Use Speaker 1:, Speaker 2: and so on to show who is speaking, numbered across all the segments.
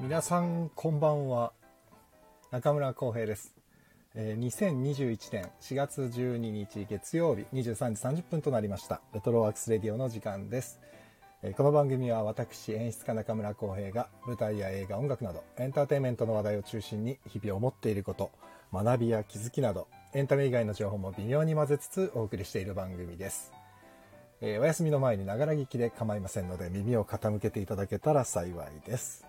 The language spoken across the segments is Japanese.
Speaker 1: 皆さんこんばんは中村浩平です、えー2021年4月12日月曜日23時30分となりましたレトロワークスレディオの時間です、えーこの番組は私演出家中村浩平が舞台や映画音楽などエンターテインメントの話題を中心に日々思っていること学びや気づきなどエンタメ以外の情報も微妙に混ぜつつお送りしている番組ですえーお休みの前にながら聞きで構いませんので耳を傾けていただけたら幸いです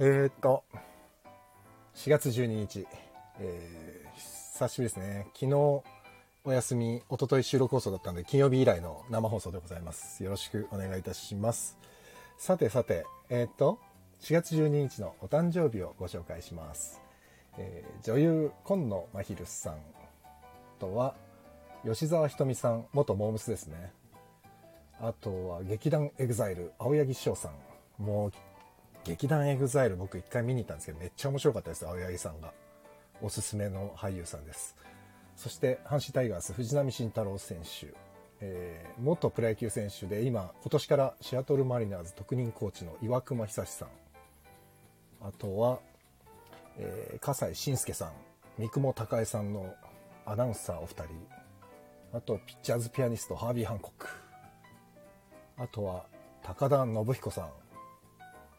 Speaker 1: えー、っと、4月12日、えー、久しぶりですね。昨日お休み、一昨日収録放送だったんで、金曜日以来の生放送でございます。よろしくお願いいたします。さてさて、えー、っと、4月12日のお誕生日をご紹介します。えー女優、今野真昼さんあとは、吉沢ひとみさん、元モームスですね。あとは劇団エグザイル青柳翔さんもう劇団エグザイル僕一回見に行ったんですけどめっちゃ面白かったです青柳さんがおすすめの俳優さんですそして阪神タイガース藤浪晋太郎選手、えー元プロ野球選手で今今年からシアトルマリナーズ特任コーチの岩隈久志さんあとは、えー笠西慎介さん三雲孝江さんのアナウンサーお二人あとピッチャーズピアニストハービー・ハンコックあとは、高田信彦さん。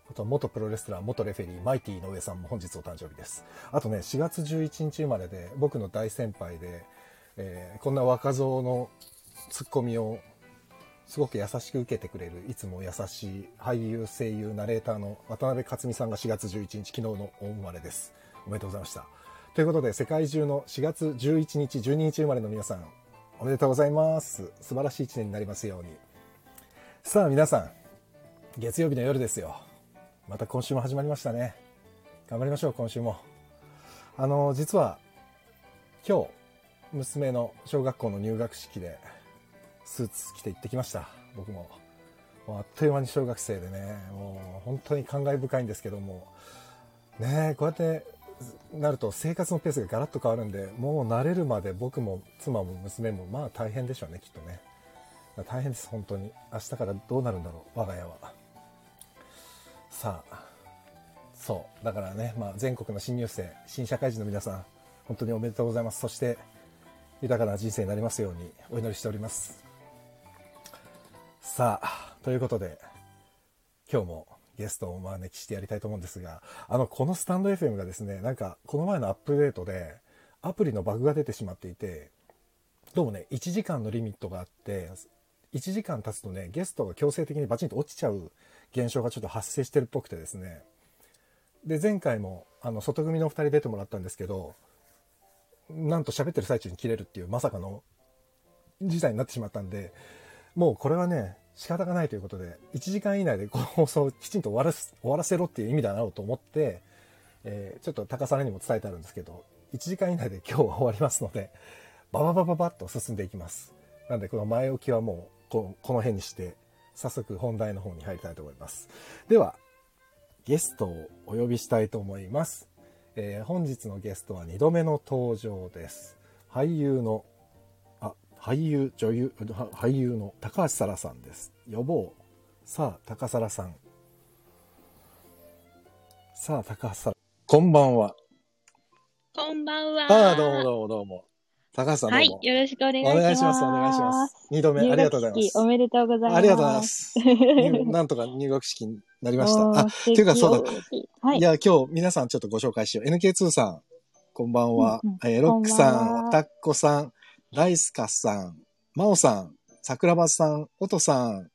Speaker 1: あとは元プロレスラー、元レフェリー、マイティの上さんも本日お誕生日です。あとね、4月11日生まれで、僕の大先輩で、えーこんな若造のツッコミを、すごく優しく受けてくれる、いつも優しい俳優、声優、ナレーターの渡辺克美さんが4月11日、昨日のお生まれです。おめでとうございました。ということで、世界中の4月11日、12日生まれの皆さん、おめでとうございます。素晴らしい一年になりますように。さあ皆さん月曜日の夜ですよまた今週も始まりましたね頑張りましょう今週もあの実は今日娘の小学校の入学式でスーツ着て行ってきました僕ももうあっという間に小学生でねもう本当に感慨深いんですけどもねえこうやってなると生活のペースがガラッと変わるんでもう慣れるまで僕も妻も娘もまあ大変でしょうねきっとね大変です本当に明日からどうなるんだろう我が家はさあそうだからね、まあ、全国の新入生新社会人の皆さん本当におめでとうございますそして豊かな人生になりますようにお祈りしておりますさあということで今日もゲストをお招きしてやりたいと思うんですがあのこのスタンド FM がですねなんかこの前のアップデートでアプリのバグが出てしまっていてどうもね、1時間のリミットがあって、1時間経つとね、ゲストが強制的にバチンと落ちちゃう現象がちょっと発生してるっぽくてですね。で、前回も、あの、外組のお二人出てもらったんですけど、なんと喋ってる最中に切れるっていうまさかの事態になってしまったんで、もうこれはね、仕方がないということで、1時間以内でこの放送をきちんと終わらす終わらせろっていう意味だなと思って、えーちょっと高さにも伝えてあるんですけど、1時間以内で今日は終わりますので、バババババッと進んでいきます。なんで、この前置きはもうこ、この辺にして、早速本題の方に入りたいと思います。では、ゲストをお呼びしたいと思います。えー本日のゲストは2度目の登場です。俳優の、あ、俳優、女優、は俳優の高橋沙羅さんです。予防。さあ、高沙羅さん。さあ、高橋沙羅。こんばんは。
Speaker 2: こんばんは。
Speaker 1: ああ、どうもどうもどうも。高橋さんどう
Speaker 2: は
Speaker 1: も。
Speaker 2: い、よろしくお願いし
Speaker 1: お
Speaker 2: ます。
Speaker 1: 願いします、お願いします。。二度目、ありがとうございます。
Speaker 2: おめでとうございます。
Speaker 1: ありがとうございます。入
Speaker 2: り
Speaker 1: なんとか入学式になりま した。あ、
Speaker 2: って
Speaker 1: ていうかそうだ。
Speaker 2: はい
Speaker 1: い。や、今日皆さんちょっとご紹介しよう。NK2 さん、こんばんは。
Speaker 2: うんうん
Speaker 1: えーロックさ
Speaker 2: こんばん
Speaker 1: ん、
Speaker 2: は
Speaker 1: タッコさん、ライスカさん、マオさん、桜庭さん、オトさん、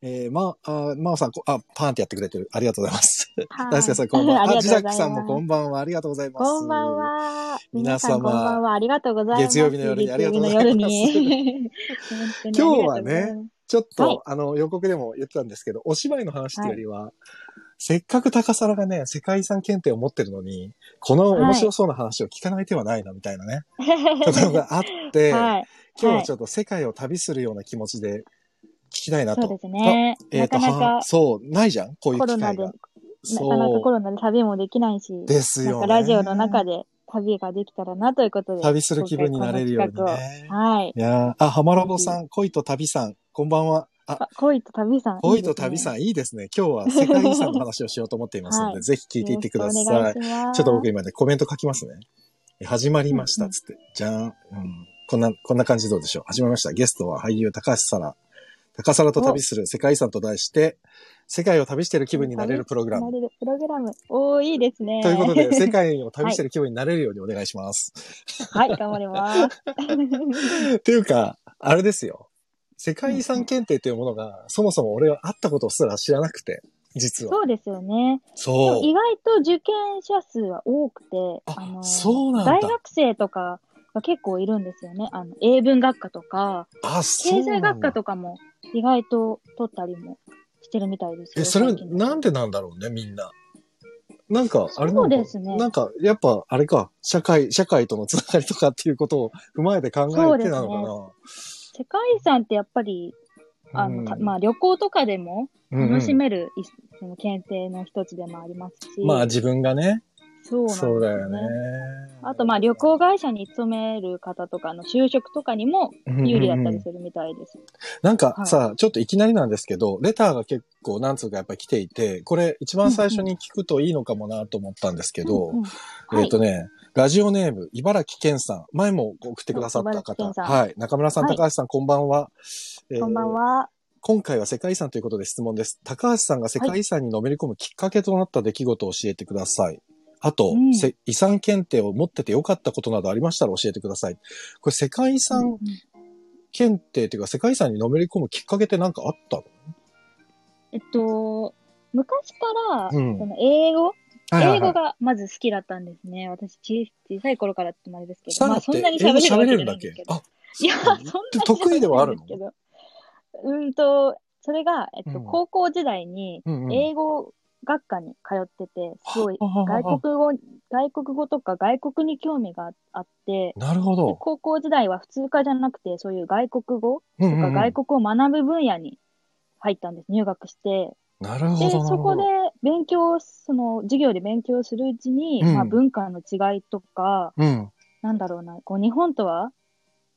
Speaker 1: えー、ま、あ、マオさん、こあ、パーンってやってくれてる。ありがとうございます。
Speaker 2: はい
Speaker 1: 大輔さん、こんばん
Speaker 2: あ
Speaker 1: は。あ、
Speaker 2: りがとうご
Speaker 1: ジ
Speaker 2: ざ
Speaker 1: ダッ
Speaker 2: いま
Speaker 1: ク
Speaker 2: す
Speaker 1: さんもこんばんは。ありがとうございます。
Speaker 2: こんばんは。
Speaker 1: 皆
Speaker 2: 皆
Speaker 1: 様
Speaker 2: さんこんばんは。ありがとうございます。
Speaker 1: 月曜日の夜にありがとうございます
Speaker 2: 月曜日 の夜に本当にありがとうございます
Speaker 1: 今日はちょっと、
Speaker 2: はい
Speaker 1: あの、予告でも言ってたんですけど、お芝居の話っていうよりは、せっかく高皿がね、世界遺産検定を持ってるのに、この面白そうな話を聞かない手はないな、みたいなね、ところがあって、
Speaker 2: はい。
Speaker 1: 今日はちょっと世界を旅するような気持ちで聞きたいなと。
Speaker 2: そうですね。
Speaker 1: えっ
Speaker 2: な
Speaker 1: と
Speaker 2: かな
Speaker 1: は
Speaker 2: か
Speaker 1: んそう、ないじゃんこういう
Speaker 2: コ
Speaker 1: 機
Speaker 2: ロナ
Speaker 1: 会
Speaker 2: で、
Speaker 1: が
Speaker 2: な。
Speaker 1: う。
Speaker 2: かなかコロナで旅もできないし、
Speaker 1: です
Speaker 2: なん
Speaker 1: よ、
Speaker 2: か
Speaker 1: ね。
Speaker 2: ラジオの中で旅ができたらなということで。
Speaker 1: 旅する気分になれるように
Speaker 2: 今回この
Speaker 1: ね。
Speaker 2: 企画をはい。
Speaker 1: いやーあ、浜ラボさん、恋と旅さん、こんばんは。あ
Speaker 2: あ恋と旅さん。
Speaker 1: 恋と旅さ
Speaker 2: ん。
Speaker 1: んいいですね。今日は世界遺産の話をしようと思っていますので、
Speaker 2: はい
Speaker 1: ぜひ聞いていってください。
Speaker 2: よろしくお願いします
Speaker 1: ちょっと僕今ね、コメント書きますね。え始まりまし
Speaker 2: う
Speaker 1: た、
Speaker 2: んうん
Speaker 1: つって。じゃーん、うん。こんな、こんな感じどうでしょう。始まりました。ゲストは俳優高橋さら。高さらと旅する世界遺産と題して、世界を旅してる気分になれるプログラム
Speaker 2: な。れるプログラム。おー、いいですね。
Speaker 1: ということ で、世界を旅してる気分になれるようにお願いします。
Speaker 2: はい、頑張ります。
Speaker 1: っていうか、あれですよ。世界遺産検定というものが、そもそも俺は会ったことすら知らなくて、実は。
Speaker 2: そうですよね。で
Speaker 1: そ
Speaker 2: も
Speaker 1: う。
Speaker 2: 意外と受験者数は多くて、
Speaker 1: あ
Speaker 2: の
Speaker 1: そうなんだ
Speaker 2: 大学生とかが結構いるんですよね。あの、英文学科とか、
Speaker 1: あ、そう
Speaker 2: 経
Speaker 1: な
Speaker 2: 済
Speaker 1: んだ。
Speaker 2: 学科とかも意外と取ったりもしてるみたいですよ。
Speaker 1: え、それは
Speaker 2: 最近
Speaker 1: なんでなんだろうね、みんな。なんか、あれなのか
Speaker 2: そうですね
Speaker 1: なんか、やっぱ、あれか、社会、社会とのつながりとかっていうことを踏まえて考えてなの
Speaker 2: 世界遺産ってやっぱり、
Speaker 1: かな。
Speaker 2: あの、た
Speaker 1: うん
Speaker 2: まあ旅行とかでも
Speaker 1: うん
Speaker 2: 楽しめるい、その検定の一つでもありますし。
Speaker 1: まあ、自分がね、
Speaker 2: そうなんです
Speaker 1: そうだよね。
Speaker 2: あとまあ旅行会社に勤める方とかの就職とかにも有利だったりするみたいです。
Speaker 1: なんかさ、ちょっといきなりなんですけど、レターが結構何通かやっぱり来ていて、これ一番最初に聞くといいのかもなと思ったんですけど、
Speaker 2: うんうん
Speaker 1: えっとね、ラジオネーム、茨城健さん。前も送ってくださった
Speaker 2: そう茨城
Speaker 1: 方。
Speaker 2: 健さん
Speaker 1: はい。中村さん、
Speaker 2: はい
Speaker 1: 高橋さん、こんばんは。えー
Speaker 2: こんばんは。
Speaker 1: 今回は世界遺産ということで質問です。高橋さんが世界遺産にのめり込むきっかけとなった出来事を教えてください。あと、
Speaker 2: うん
Speaker 1: せ遺産検定を持っててよかったことなどありましたら教えてください。これ世界遺産
Speaker 2: うんうん
Speaker 1: 検定というか世界遺産にのめり込むきっかけって何かあったの
Speaker 2: えっと、昔か
Speaker 1: う
Speaker 2: ら、
Speaker 1: ん
Speaker 2: その英語、英
Speaker 1: が
Speaker 2: 語がまず好きだったんですね。私小、小さい頃からってもあれですけ
Speaker 1: サ
Speaker 2: ど、
Speaker 1: ラ
Speaker 2: まあ
Speaker 1: っ
Speaker 2: そ
Speaker 1: て
Speaker 2: んなに
Speaker 1: 英
Speaker 2: 喋
Speaker 1: 語
Speaker 2: れる
Speaker 1: 喋
Speaker 2: わけ
Speaker 1: れ
Speaker 2: じ
Speaker 1: るん
Speaker 2: ゃない
Speaker 1: だ
Speaker 2: ん
Speaker 1: っ
Speaker 2: です
Speaker 1: け
Speaker 2: けど。
Speaker 1: あ、
Speaker 2: いや、そんなに
Speaker 1: 得意ではあるの
Speaker 2: 喋れないんですけどうんと、それが、えっと、
Speaker 1: うん
Speaker 2: 高校時代に
Speaker 1: うんうん
Speaker 2: 英語学科に通ってて、すごい
Speaker 1: ははは
Speaker 2: 外国語、外国語とか外国に興味があって、
Speaker 1: なるほ
Speaker 2: で
Speaker 1: ど。
Speaker 2: 高校時代は普通科じゃなくて、そういう外国語
Speaker 1: うん
Speaker 2: と
Speaker 1: うんう
Speaker 2: か
Speaker 1: ん
Speaker 2: 外国を学ぶ分野に入ったんです、入学して。
Speaker 1: なるほど。
Speaker 2: で、
Speaker 1: なるほ
Speaker 2: そこで
Speaker 1: ど
Speaker 2: 勉強、その授業で勉強するうちに、
Speaker 1: うん
Speaker 2: まあ、文化の違いとか、
Speaker 1: うん。
Speaker 2: なんだろうな、こう日本とは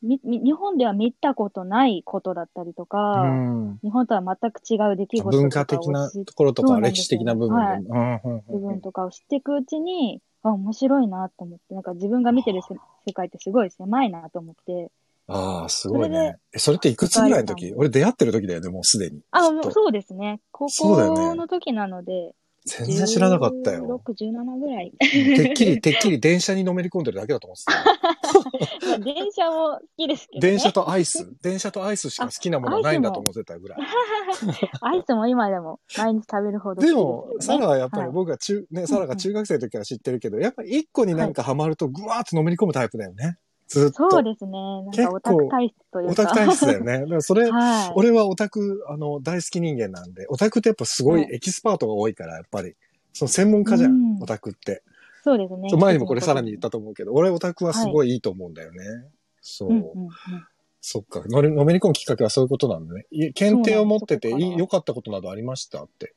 Speaker 2: みみ日本では見たことないことだったりとか、
Speaker 1: うん
Speaker 2: 日本とは全く違う出来事とかを
Speaker 1: 文化的な
Speaker 2: 知っ
Speaker 1: ところと
Speaker 2: そう
Speaker 1: か
Speaker 2: なんです
Speaker 1: 歴
Speaker 2: よ
Speaker 1: 史的な部分で。
Speaker 2: はい
Speaker 1: うんうんう
Speaker 2: 部
Speaker 1: んうん
Speaker 2: 分とかを知っていくうちに、あ、面白いなと思って、なんか自分が見てるせ世界ってすごい狭いなと思って、
Speaker 1: ああ、すごい
Speaker 2: それ
Speaker 1: ね
Speaker 2: で。
Speaker 1: えそれっていくつぐらいの
Speaker 2: 世界
Speaker 1: 時俺出会ってる時だよね、もうすでに。
Speaker 2: あ、
Speaker 1: き
Speaker 2: も
Speaker 1: っ
Speaker 2: う
Speaker 1: と
Speaker 2: そうですね。高
Speaker 1: そうだよね
Speaker 2: 校の時なので、
Speaker 1: 全然知らなかったよ。
Speaker 2: 16、17ぐらい。
Speaker 1: うんてっきり、てっきり電車にのめり込んでるだけだと思って たよ。
Speaker 2: まあ電車も好きですけど、ね。
Speaker 1: 電車とアイス。電車とアイスしか好きなものはないんだと思ってたぐらい。
Speaker 2: アイスも今でも毎日食べるほど好き
Speaker 1: です
Speaker 2: よ
Speaker 1: も
Speaker 2: ね、
Speaker 1: サラはやっぱ
Speaker 2: は
Speaker 1: り
Speaker 2: い
Speaker 1: 僕が中、ね、サラが中学生の時から知ってるけど、やっぱり一個になんかハマるとぐわーっとのめり込むタイプだよね。ずっと。
Speaker 2: そうですね。なんかオタク体質というか。
Speaker 1: オタク体質だよね。だからそれ、
Speaker 2: はい。
Speaker 1: 俺はオタク、あの、大好き人間なんで、オタクってやっぱすごい
Speaker 2: はい
Speaker 1: エキスパートが多いから、やっぱり。その専門家じゃん、
Speaker 2: うん
Speaker 1: オタクって。
Speaker 2: そうですね。
Speaker 1: そう前にもこれさらに言ったと思うけど、俺オタクはすごいいいと思うんだよね。そう。
Speaker 2: うんうんうん。
Speaker 1: そっか。のれのめり込むきっかけはそういうことなんだね。い検定を持ってて
Speaker 2: そうなんです
Speaker 1: いい良かったことなどありましたって。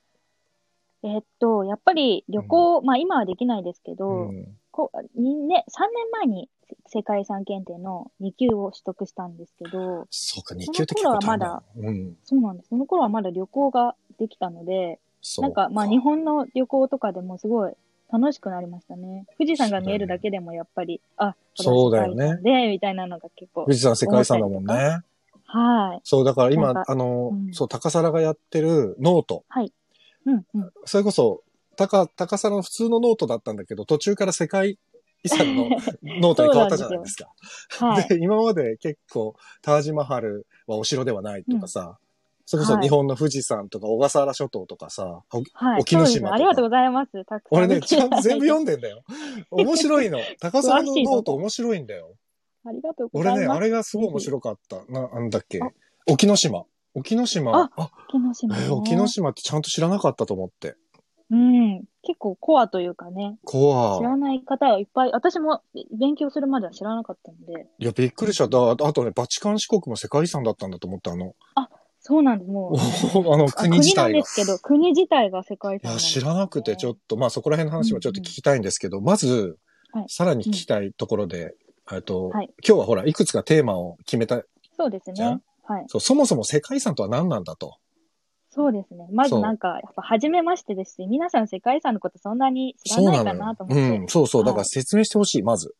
Speaker 2: えっと、やっぱり旅行、まあ今はできないですけど、
Speaker 1: うん
Speaker 2: こにね、3年前に世界遺産検定の2級を取得したんですけど、
Speaker 1: そうか、2級って結構大変だ。うん。
Speaker 2: そうなんです。その頃はまだ旅行ができたので、
Speaker 1: そう
Speaker 2: なんかまあ日本の旅行とかでもすごい楽しくなりましたね。富士山が見えるだけでもやっぱり、あ、
Speaker 1: そうだよね
Speaker 2: これは世界遺産で、みたいなのが結構。
Speaker 1: 富士山世界遺産だもん
Speaker 2: 思っ
Speaker 1: ね。
Speaker 2: はい。
Speaker 1: そう、だから
Speaker 2: な
Speaker 1: 今
Speaker 2: ん、か
Speaker 1: あの、
Speaker 2: うん
Speaker 1: そう、高皿がやってるノート。
Speaker 2: うん うん。
Speaker 1: それこそ、高、高さの普通のノートだったんだけど、途中から世界遺産 のノートに変わったじゃないですか。
Speaker 2: は
Speaker 1: で
Speaker 2: い。
Speaker 1: 今まで結構、タージマハルはお城ではないとかさ、それこそ
Speaker 2: はい
Speaker 1: 日本の富士山とか小笠原諸島とかさ、お
Speaker 2: はい。
Speaker 1: 沖ノ島
Speaker 2: そうです
Speaker 1: とか
Speaker 2: ありがとうございます。たくさん。
Speaker 1: 俺ね、ちゃんと全部読
Speaker 2: ん
Speaker 1: んでんだよ。面白 いの。高さのノート面白いんだよ。
Speaker 2: ありがとうござい
Speaker 1: 俺
Speaker 2: ま
Speaker 1: ね、
Speaker 2: す。
Speaker 1: あれがすごい面白かった。な、なんだっけ。沖ノ島。沖ノ島
Speaker 2: あ。
Speaker 1: あ、
Speaker 2: 沖ノ島、
Speaker 1: え
Speaker 2: ね。
Speaker 1: ー沖ノ島ってちゃんと知らなかったと思って。
Speaker 2: うん。結構コアというかね、
Speaker 1: 怖
Speaker 2: 知らない方はいっぱい、私も勉強するまでは知らなかったので、
Speaker 1: いや、びっくりしちゃった。ああとね、バチカン四国も世界遺産だったんだと思った、あの、
Speaker 2: そうなんです、もう。
Speaker 1: あの、
Speaker 2: あ
Speaker 1: 国自体
Speaker 2: なん
Speaker 1: が。い
Speaker 2: ですけど、国自体が世界遺産
Speaker 1: や、
Speaker 2: なんです
Speaker 1: 知
Speaker 2: ね、
Speaker 1: らなくて、ちょっと、まあ、そこら辺の話もちょっと聞きたいんですけど、まず
Speaker 2: はい、
Speaker 1: さらに聞きたいところで、えっと、
Speaker 2: はい
Speaker 1: 今日はほら、いくつかテーマを決めた
Speaker 2: そうです
Speaker 1: じゃん、
Speaker 2: ね。はい。
Speaker 1: そう、そもそも世界遺産とは何なんだと。
Speaker 2: そうですね。まず
Speaker 1: そう
Speaker 2: なんか、やっぱ初めましてですし、皆さん世界遺産のことそんなに知ら
Speaker 1: そう
Speaker 2: な
Speaker 1: な
Speaker 2: いか
Speaker 1: の
Speaker 2: なと
Speaker 1: よ。う
Speaker 2: 思って、
Speaker 1: ん、そうそう。
Speaker 2: は
Speaker 1: だ
Speaker 2: い
Speaker 1: から説明してほしい、まず。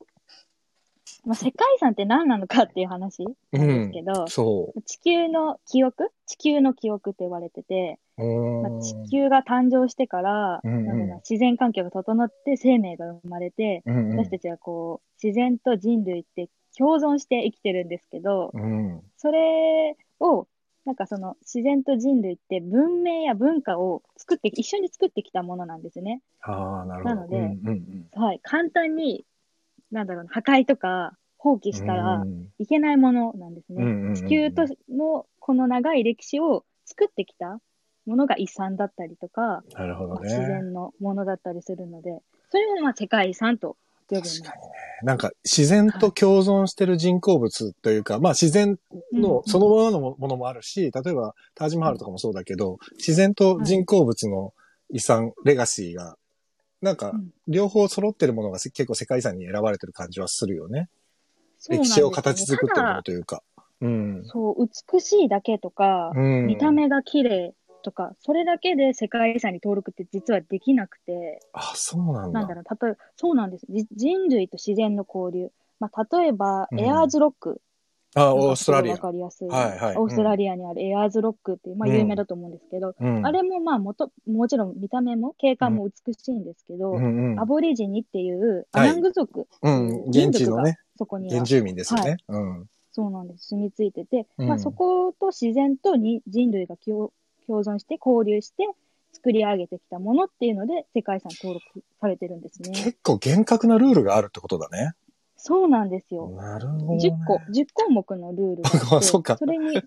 Speaker 2: まあ、世界遺産って何なのかっていう話
Speaker 1: う
Speaker 2: なんです
Speaker 1: ん
Speaker 2: け。ど、
Speaker 1: そ
Speaker 2: 地球の記憶地球の記憶って言われてて、
Speaker 1: う。う
Speaker 2: まあ
Speaker 1: ーん。
Speaker 2: 地球が誕生してから、
Speaker 1: うんうん
Speaker 2: なんだろうな自然環境が整って生命が生まれて、
Speaker 1: うんうん
Speaker 2: 私たちはこう、自然と人類って共存して生きてるんですけど、
Speaker 1: うん。
Speaker 2: それを、なんかその自然と人類って文明や文化を作って、一緒に作ってきたものなんですね。
Speaker 1: ああ、なるほど。
Speaker 2: なので
Speaker 1: うんうんうん、
Speaker 2: はい。簡単に、なんだろうな、破壊とか放棄したら
Speaker 1: うん
Speaker 2: いけないものなんですね。
Speaker 1: うんうん、
Speaker 2: 地球とのこの長い歴史を作ってきたものが遺産だったりとか、
Speaker 1: なるほ
Speaker 2: ま
Speaker 1: ど
Speaker 2: あ
Speaker 1: ね。
Speaker 2: 自然のものだったりするので、それをまあ世界遺産と呼ぶんです。
Speaker 1: なんか自然と共存してる人工物というか、まあ自然
Speaker 2: うん
Speaker 1: のそのもののもものもあるし、例えばタージマハルとかもそうだけど、自然と人工物の遺産、レガシーが、なんか
Speaker 2: うん
Speaker 1: 両方揃ってるものがせ結構世界遺産に選ばれてる感じはするよね。
Speaker 2: そうなん
Speaker 1: 歴
Speaker 2: です
Speaker 1: 史
Speaker 2: よ
Speaker 1: を
Speaker 2: ね
Speaker 1: 形作ってるもの
Speaker 2: ただ
Speaker 1: というか。うん。
Speaker 2: そう、美しいだけとか、
Speaker 1: うん
Speaker 2: 見た目が綺麗とか、それだけで世界遺産に登録って実はできなくて、
Speaker 1: あ、そうなんだ。
Speaker 2: なんだろう、例えば、そうなんです。じ人類と自然の交流。まあ、例えば、
Speaker 1: うん
Speaker 2: エアーズロック。
Speaker 1: あ、オーストラリ
Speaker 2: わ
Speaker 1: ア。
Speaker 2: かりやすい。
Speaker 1: はいはい
Speaker 2: オーストラリアにあるエアーズロックっていう、まあ、
Speaker 1: うん
Speaker 2: 有名だと思うんですけど、
Speaker 1: うん
Speaker 2: あれもまあ、もと、もちろん見た目も景観も美しいんですけど、
Speaker 1: うんうん
Speaker 2: アボリジニっていうア
Speaker 1: はい
Speaker 2: ナング族、
Speaker 1: うん、現地のね、
Speaker 2: そこには
Speaker 1: 原住民ですよね。うん。
Speaker 2: そうなんです。住み着いてて、
Speaker 1: うん
Speaker 2: まあ、そこと自然とに人類が共共存して交流して作り上げてきたものっていうので世界遺産登録されてるんですね。
Speaker 1: 結構厳格なルールがあるってことだね。
Speaker 2: そうなんですよ。
Speaker 1: なるほど、ね。
Speaker 2: 10個、10項目のルールがあっ
Speaker 1: あ
Speaker 2: て、
Speaker 1: そっか
Speaker 2: れに、そうなん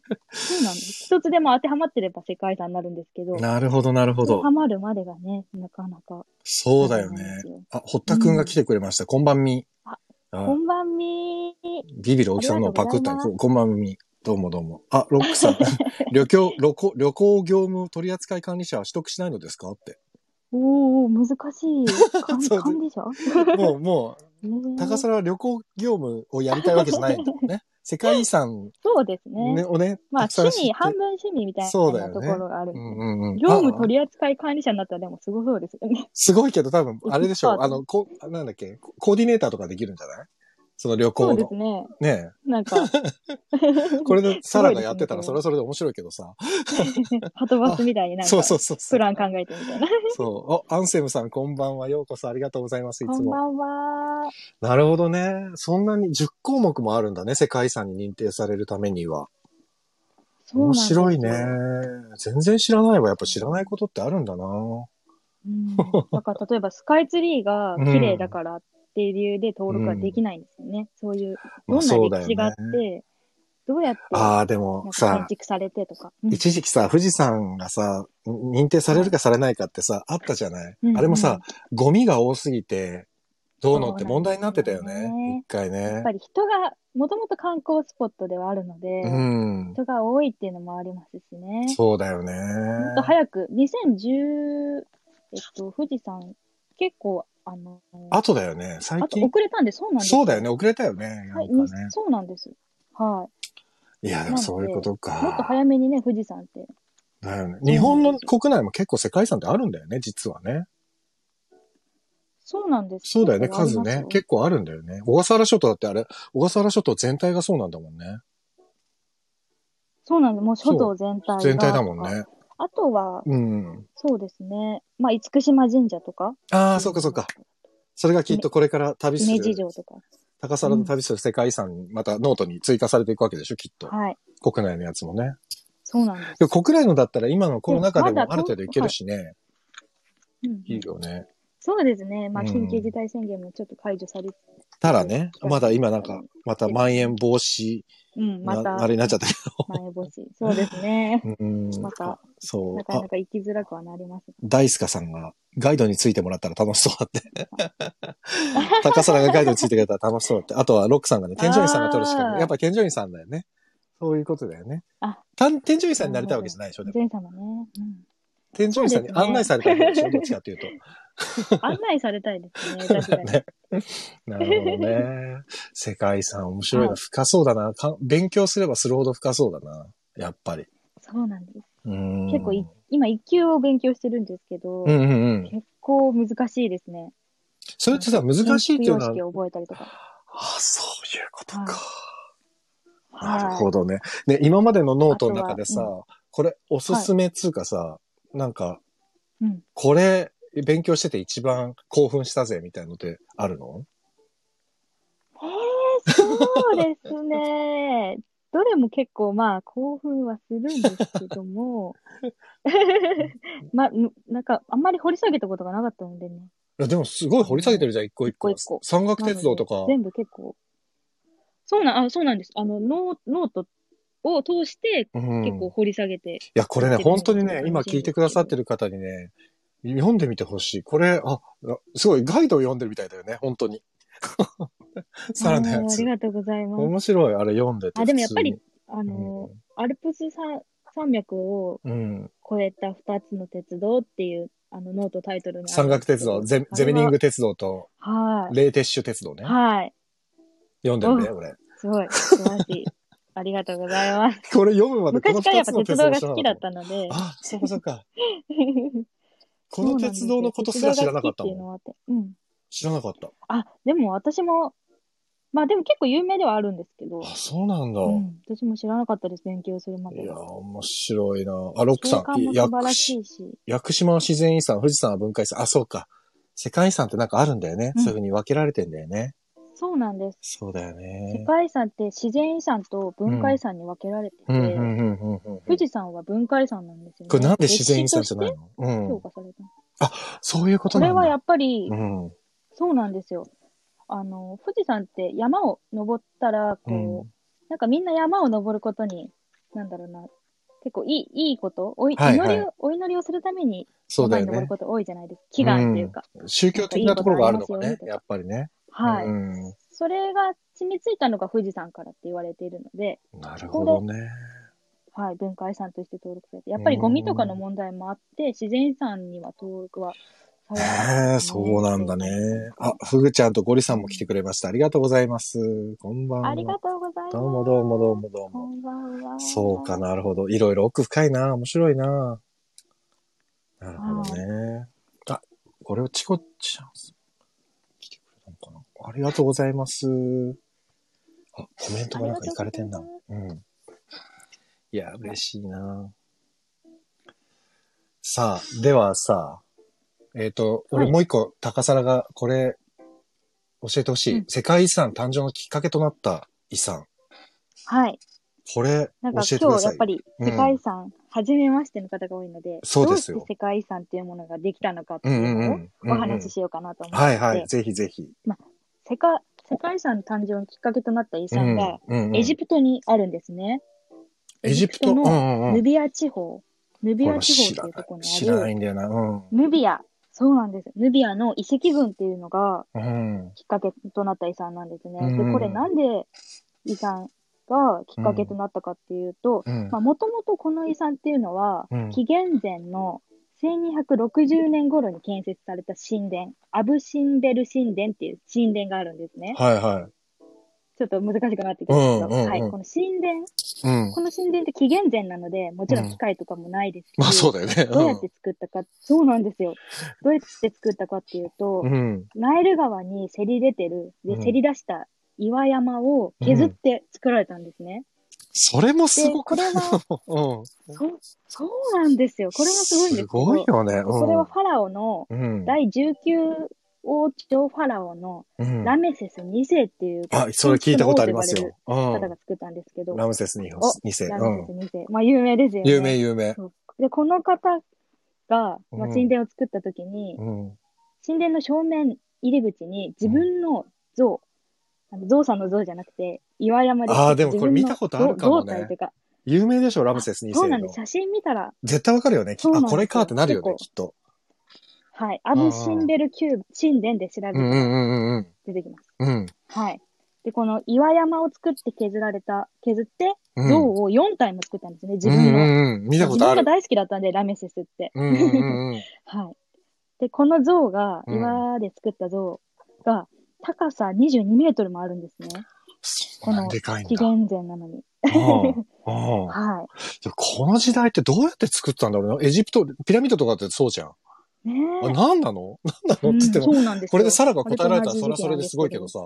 Speaker 2: です。一つでも当てはまってれば世界遺産になるんですけど、当
Speaker 1: なるほど、なるほ
Speaker 2: て
Speaker 1: ど
Speaker 2: は。まるまでがね、なかなか。
Speaker 1: そうだよね。。あ、堀田くんが来てくれました。こんばんみ。
Speaker 2: あ
Speaker 1: あ
Speaker 2: こ、んばんみー。
Speaker 1: ビビる大きさんのをパクった
Speaker 2: ありがとう
Speaker 1: こ
Speaker 2: ございます
Speaker 1: こんばんみ。どうもどうも。あ、ロックさ ん。旅行、旅行、旅行業務取扱管理者は取得しないのですかって。
Speaker 2: おー、難しい。かん
Speaker 1: そう
Speaker 2: 勘でしょ、
Speaker 1: もう、も
Speaker 2: ね
Speaker 1: う、
Speaker 2: ー
Speaker 1: 高皿は旅行業務をやりたいわけじゃないんだよ ね。世界遺産、
Speaker 2: そうですね。
Speaker 1: ね、をね、
Speaker 2: まあ、
Speaker 1: たくさん
Speaker 2: 趣
Speaker 1: 知って
Speaker 2: 味、半分趣味みたいな
Speaker 1: そうだよね
Speaker 2: ところがあるんで。
Speaker 1: うんうんうん。
Speaker 2: 業務
Speaker 1: あ
Speaker 2: 取扱管理者になったらでもすごそうですよね。
Speaker 1: すごいけど多分、あれでし
Speaker 2: そ
Speaker 1: ょう。
Speaker 2: う
Speaker 1: あの、こ、なんだっけ、ココーディネーターとかできるんじゃないその旅
Speaker 2: そ
Speaker 1: 行
Speaker 2: うです
Speaker 1: の。
Speaker 2: ね。
Speaker 1: ね
Speaker 2: な んか。
Speaker 1: えこれでサラがやってたら
Speaker 2: す
Speaker 1: それ
Speaker 2: ごい
Speaker 1: はそれで面白いけどさ。
Speaker 2: ハトバスみたいになん
Speaker 1: そう
Speaker 2: か、
Speaker 1: そうそうそう。
Speaker 2: プラン考えてみたいな。
Speaker 1: そう。あ、アンセムさん、こんばんは。ようこそありがとうございます。い
Speaker 2: こ
Speaker 1: つ
Speaker 2: んば
Speaker 1: も。
Speaker 2: んは。
Speaker 1: なるほどね。そんなに10項目もあるんだね。世界遺産に認定されるためには。
Speaker 2: そうなん
Speaker 1: 面
Speaker 2: ですよ
Speaker 1: 白いね。。全然知らないわ。やっぱ知らないことってあるんだな。
Speaker 2: うんだから例えばスカイツリーが綺麗だからっていう理由で登録はできないんですよね。そういう、
Speaker 1: まあ、
Speaker 2: どんな
Speaker 1: そうだ
Speaker 2: 歴
Speaker 1: よ
Speaker 2: 史があっ
Speaker 1: ね
Speaker 2: て、。どうやって
Speaker 1: ああ、で
Speaker 2: な
Speaker 1: も
Speaker 2: んか建
Speaker 1: さ、
Speaker 2: 築されてとか。うん
Speaker 1: 一時期さ、富士山がさ、認定されるかされないかってさ、あったじゃない
Speaker 2: うんう。ん
Speaker 1: あれもさ、ゴミが多すぎて、どうのって問題になってたよ
Speaker 2: そうなんですよ
Speaker 1: ね
Speaker 2: ね。
Speaker 1: 一回
Speaker 2: や
Speaker 1: ね
Speaker 2: っぱ。り人が、もともと観光スポットではあるので、
Speaker 1: うん。
Speaker 2: 人が多いっていうのもありますしね。
Speaker 1: そうだよね。
Speaker 2: もっと早く、2010、えっと、富士山、結構、あの、
Speaker 1: あとだよね。最
Speaker 2: あと
Speaker 1: 近
Speaker 2: 遅れたんで、そうなんです
Speaker 1: そうだよね、遅れたよね。な
Speaker 2: はい、
Speaker 1: んかね
Speaker 2: に。そうなんです。はい
Speaker 1: や、でもそういうこと
Speaker 2: い。もっと
Speaker 1: か。
Speaker 2: 早めにね、富士山って。
Speaker 1: だよね。日本の国内も結構世界遺産ってあるんだよね、実はね。
Speaker 2: そうなんです。
Speaker 1: そうだよね、
Speaker 2: 結
Speaker 1: 数
Speaker 2: 構あります
Speaker 1: ね
Speaker 2: よ。
Speaker 1: 結構あるんだよね。小笠原諸島だってあれ、小笠原諸島全体がそうなんだもんね。
Speaker 2: そうなんです。もう書道全体が
Speaker 1: 全体だもん。ね。
Speaker 2: あとは、
Speaker 1: うん。
Speaker 2: そうですね。まあ、厳島神社とか、
Speaker 1: ああ、そうかそうか。それがきっとこれから旅す
Speaker 2: 姫路
Speaker 1: る、
Speaker 2: 城とか。
Speaker 1: 高皿の旅する世界遺産、またノートに追加されていくわけでしょ、きっと。
Speaker 2: はい。
Speaker 1: 国内のやつもね。
Speaker 2: そうなんです。
Speaker 1: でも国内のだったら今のコロナ禍で
Speaker 2: まだ
Speaker 1: もある程度いけるしね。
Speaker 2: うん
Speaker 1: いいよね。
Speaker 2: そうですね。まあ、
Speaker 1: うん
Speaker 2: 緊急事態宣言もちょっと解除されて、
Speaker 1: たらね、まだ今なんか、またまん延防止
Speaker 2: うん、また、
Speaker 1: なあれになっちゃったけ
Speaker 2: まん延防止。そうですね。
Speaker 1: ど。うん
Speaker 2: また、
Speaker 1: そう
Speaker 2: な。か
Speaker 1: あ
Speaker 2: な、か行きづらくはなります。
Speaker 1: 大スカさんがガイドについてもらったら楽しそうだって。 高皿がガイドについてくれたら楽しそうだって。あとはロックさんがね、添乗員さんが取るしか
Speaker 2: あ
Speaker 1: な
Speaker 2: ー
Speaker 1: い。やっぱ添乗員さんだよね。そういうことだよね
Speaker 2: あ。
Speaker 1: た添乗員さんになりたいわけじゃないでしょ、でも。
Speaker 2: ジェン様ね。うん。
Speaker 1: 天神さんに案内されたんでしょ、どっちかというと。
Speaker 2: 案内されたいです ね、確かに。
Speaker 1: ねなるほどね。世界遺産面白いな。深そうだな。か勉強すればするほど深そうだな。やっぱり。
Speaker 2: そうなんです。
Speaker 1: うん
Speaker 2: 結構い、今、一級を勉強してるんですけど、
Speaker 1: うんうんうん。
Speaker 2: 結構難しいですね。
Speaker 1: それってさ、難しいっていうのは
Speaker 2: 建築様式、を覚えたりとか。
Speaker 1: あ、そういうことか。
Speaker 2: はい
Speaker 1: なるほどね。ね、今までのノートの中でさ、
Speaker 2: あと
Speaker 1: これおすすめっつうかさ、なんか、
Speaker 2: うん。
Speaker 1: これ勉強してて一番興奮したぜみたいのってあるの
Speaker 2: えー、そうですね。どれも結構まあ興奮はするんですけ ども、 ま、むなんかあんまり掘り下げたことがなかったのでね。
Speaker 1: いやでもすごい掘り下げてるじゃん、一個一個。
Speaker 2: 一個一個
Speaker 1: 山岳鉄道とか
Speaker 2: なの。で全部結構。そうなん、あ、そうなんです。あの、ノーノートを通して
Speaker 1: うん
Speaker 2: 結構掘り下げて、
Speaker 1: いや、これね、
Speaker 2: 見てる
Speaker 1: 本当にね
Speaker 2: 見て、る
Speaker 1: 今聞いてくださってる方にね、読んでみてほしい。これ、あ、あすごい、ガイドを読んでるみたいだよね、本当 に。 さらのや
Speaker 2: あーあ
Speaker 1: つ
Speaker 2: り。がとうございます。
Speaker 1: 面白い、あれ読んでて。
Speaker 2: あ、でもやっぱ
Speaker 1: 普
Speaker 2: り、あ
Speaker 1: 通に、
Speaker 2: の、アルプス山山脈を
Speaker 1: うん。うん
Speaker 2: 越えた二つの鉄道っていう、あの、ノートタイトルにある
Speaker 1: 山
Speaker 2: ん
Speaker 1: 岳
Speaker 2: ですけ
Speaker 1: 鉄
Speaker 2: ど。
Speaker 1: 道、ゼゼミニング鉄道と、
Speaker 2: あれは。はい。
Speaker 1: レーテッシュ鉄道ね。
Speaker 2: はい。
Speaker 1: 読んでるね、俺。
Speaker 2: すごい。素晴 らしい。ありがとうございます。
Speaker 1: これ読むまでこの
Speaker 2: 昔から
Speaker 1: 二
Speaker 2: やっ
Speaker 1: つ
Speaker 2: ぱ
Speaker 1: の
Speaker 2: 鉄道が
Speaker 1: 知ら
Speaker 2: 好
Speaker 1: な
Speaker 2: きだったので。
Speaker 1: あ、そうかそう か。この鉄道のことす
Speaker 2: そうな
Speaker 1: ら
Speaker 2: んです
Speaker 1: 知
Speaker 2: よ
Speaker 1: らなかった
Speaker 2: 鉄道が好きってい
Speaker 1: も。
Speaker 2: うんのはあって。うん。
Speaker 1: 知らなかった。
Speaker 2: あ、でも私も、まあでも結構有名ではあるんですけど、
Speaker 1: あ、そうなんだ。
Speaker 2: うん、私も知らなかったです、勉強するまで。
Speaker 1: いや、面白いなあ、ロックさ
Speaker 2: 景
Speaker 1: ん、
Speaker 2: 観も素晴らしいし、
Speaker 1: 屋久島は自然遺産、富士山は文化遺産。あ、そうか。世界遺産ってなんかあるんだよね。
Speaker 2: うん
Speaker 1: そういうふうに分けられてんだよね。
Speaker 2: そうなんです。
Speaker 1: そうだよ
Speaker 2: 世
Speaker 1: ね。
Speaker 2: 界遺産って自然遺産と文化遺産に分けられてて、
Speaker 1: うん、うん、うん、うんうん。
Speaker 2: 富士山は文化遺産なんですよね。
Speaker 1: これなんで自然遺産じゃない
Speaker 2: 歴史
Speaker 1: のう
Speaker 2: として
Speaker 1: ん。
Speaker 2: 評価されたの
Speaker 1: そういうこ
Speaker 2: こと
Speaker 1: な
Speaker 2: れ
Speaker 1: ん
Speaker 2: は
Speaker 1: だ。
Speaker 2: やっぱり、
Speaker 1: うん。
Speaker 2: そうなんですよ。あの、富士山って山を登ったら、こう、なんかみんな山を登ることに、なんだろうな、結構いい、いいこと、おい
Speaker 1: はいはい
Speaker 2: 祈りを、お祈りをするために
Speaker 1: そうだ
Speaker 2: 山に
Speaker 1: よ
Speaker 2: 登る
Speaker 1: ね。
Speaker 2: こと多いじゃないですか。祈願というか。
Speaker 1: 宗教的なところがあるのか
Speaker 2: なん
Speaker 1: ね
Speaker 2: かいいことありますよねと。
Speaker 1: や
Speaker 2: か
Speaker 1: っぱりね。
Speaker 2: はい、
Speaker 1: う
Speaker 2: それが染みついたのが富士山からって言われているので、
Speaker 1: ん。なるほどね。
Speaker 2: はい、文化遺産として登録されて、やっぱりゴミとかの問題もあって、自然遺産には登録はされない
Speaker 1: へえ、そうなんだね。あ、ふぐちゃんとゴリさんも来てくれました。ありがとうございます。こんばんは。
Speaker 2: ありがとうございます。
Speaker 1: どうもどうもどうもどう
Speaker 2: こ
Speaker 1: も。
Speaker 2: んばんは。
Speaker 1: そうか、なるほど。いろいろ奥深いな。面白いな。なるほどね。あ、これはチコちゃん。来てくれたのかなありがとうございます。あ、コメントがなんかいかれてんな
Speaker 2: あり。
Speaker 1: うん。いや、嬉しいな。さあ、ではさ、えっ、と、俺
Speaker 2: はい
Speaker 1: もう一個、高皿がこれ、教えてほしい、
Speaker 2: うん
Speaker 1: 世界遺産誕生のきっかけとなった遺産。
Speaker 2: はい。
Speaker 1: これ、
Speaker 2: なんか
Speaker 1: 教えてく
Speaker 2: 今
Speaker 1: だ
Speaker 2: 日
Speaker 1: さ
Speaker 2: や
Speaker 1: い
Speaker 2: っぱ。り世界遺産、初めましての方が多いので、
Speaker 1: そうですよ
Speaker 2: どうして世界遺産っていうものができたのかって
Speaker 1: う
Speaker 2: い
Speaker 1: んう
Speaker 2: うん
Speaker 1: う
Speaker 2: の
Speaker 1: ん。
Speaker 2: をお話し
Speaker 1: し
Speaker 2: しようかなと思って、
Speaker 1: はいはい、ぜひぜひ。
Speaker 2: 世界世界遺産誕生のきっかけとなった遺産が、
Speaker 1: うんうん
Speaker 2: エジプトにあるんですね。
Speaker 1: エジプト
Speaker 2: の
Speaker 1: うんうんう
Speaker 2: ヌ
Speaker 1: ん。
Speaker 2: ビア地方、ヌビ
Speaker 1: こ
Speaker 2: ア
Speaker 1: れ
Speaker 2: 地
Speaker 1: 知
Speaker 2: 方
Speaker 1: らない
Speaker 2: っていうところ
Speaker 1: 知
Speaker 2: に
Speaker 1: ら
Speaker 2: あ
Speaker 1: な
Speaker 2: る
Speaker 1: いんだよな。
Speaker 2: ヌビア、そうなんです。ヌビアの遺跡群っていうのが
Speaker 1: うん。うん。
Speaker 2: きっかけとなった遺産なんですね。
Speaker 1: うんうん
Speaker 2: で、これなんで遺産がきっかけとなったかっていうと、
Speaker 1: うん
Speaker 2: まあ、もともとこの遺産っていうのは、
Speaker 1: うん
Speaker 2: 紀元前の1260年頃に建設された神殿、アブ・シンベル神殿っていう神殿があるんですね。
Speaker 1: はいは
Speaker 2: ちょっと難しくなってくるんですけど、
Speaker 1: うんうんうん
Speaker 2: はい、この神
Speaker 1: い。
Speaker 2: 殿、
Speaker 1: うん。
Speaker 2: この神殿って紀元前なので、もちろん機械とかもないですし、
Speaker 1: まあそうだよね。
Speaker 2: どうやって作ったか、そうなんですよ。どうやって作ったかっていうと、
Speaker 1: うん。
Speaker 2: ナイル川にせり出てる、で
Speaker 1: うん
Speaker 2: せり出した岩山を削って作られたんですね。
Speaker 1: それもす
Speaker 2: で、
Speaker 1: ごく。
Speaker 2: これ は、
Speaker 1: うん。
Speaker 2: そう、そうなんですよ。これがすごいんです
Speaker 1: す
Speaker 2: けど
Speaker 1: ごいよね。うん
Speaker 2: それはファラオの、
Speaker 1: うん。
Speaker 2: 第19王朝ファラオの
Speaker 1: うん
Speaker 2: ラメセス2世っていう、
Speaker 1: あ、それ聞いたことあります
Speaker 2: 建
Speaker 1: よ。
Speaker 2: 築家
Speaker 1: う
Speaker 2: が作ったんですけど、
Speaker 1: ん。
Speaker 2: ラ
Speaker 1: ラ
Speaker 2: メ
Speaker 1: ムセス2
Speaker 2: お
Speaker 1: 世。
Speaker 2: セス
Speaker 1: うん。
Speaker 2: 2世。まあ、有名ですよね。
Speaker 1: 有名有名。
Speaker 2: で、この方が、ま
Speaker 1: う
Speaker 2: あ、
Speaker 1: ん
Speaker 2: 神殿を作った時に、
Speaker 1: うん。
Speaker 2: 神殿の正面入り口に自分の像、あの象さんの像じゃなくて、岩山で。
Speaker 1: あーでもこれ
Speaker 2: 自
Speaker 1: 見
Speaker 2: 分の
Speaker 1: たことあるかもね
Speaker 2: 像体というか、
Speaker 1: 有名でしょ、ラムセス2
Speaker 2: そう
Speaker 1: 世
Speaker 2: なんで
Speaker 1: の
Speaker 2: す。。写真見たら、
Speaker 1: 絶対わかるよね。
Speaker 2: そうな
Speaker 1: あ、
Speaker 2: んですよ
Speaker 1: これかってなるよね、
Speaker 2: 結構
Speaker 1: きっと。
Speaker 2: はい、アブ・シンベル・キューブ、神殿で調べ
Speaker 1: うんう
Speaker 2: て
Speaker 1: んうんうん
Speaker 2: 出てきます。
Speaker 1: うん。うん。
Speaker 2: はい。で、この岩山を作って削られた、削って、
Speaker 1: うん
Speaker 2: 像を4体も作ったんですね、自
Speaker 1: う
Speaker 2: 分
Speaker 1: んう
Speaker 2: の。
Speaker 1: んうん。見たこと
Speaker 2: 自
Speaker 1: あ
Speaker 2: 分が
Speaker 1: る。
Speaker 2: 大好きだったんで、ラメセスって。
Speaker 1: うんうんうん。
Speaker 2: はい。で、この像が、
Speaker 1: うん
Speaker 2: 岩で作った像が、高さ22メートルもあるんですね。
Speaker 1: そ
Speaker 2: こ
Speaker 1: んな
Speaker 2: の
Speaker 1: んでかいん
Speaker 2: 紀
Speaker 1: だ。うん
Speaker 2: 元前なのに。
Speaker 1: うん
Speaker 2: は
Speaker 1: でもこの時代ってどうやって作ったんだろうなエジプト、ピラミッドとかってそうじゃん。
Speaker 2: い。ね
Speaker 1: あ、
Speaker 2: え。
Speaker 1: なんなのなんなのって言って
Speaker 2: うん
Speaker 1: も、
Speaker 2: そうなんですよ
Speaker 1: これでさらば答えられたらそれは
Speaker 2: こ
Speaker 1: それ
Speaker 2: れと同
Speaker 1: で
Speaker 2: じ
Speaker 1: すごいけどさ。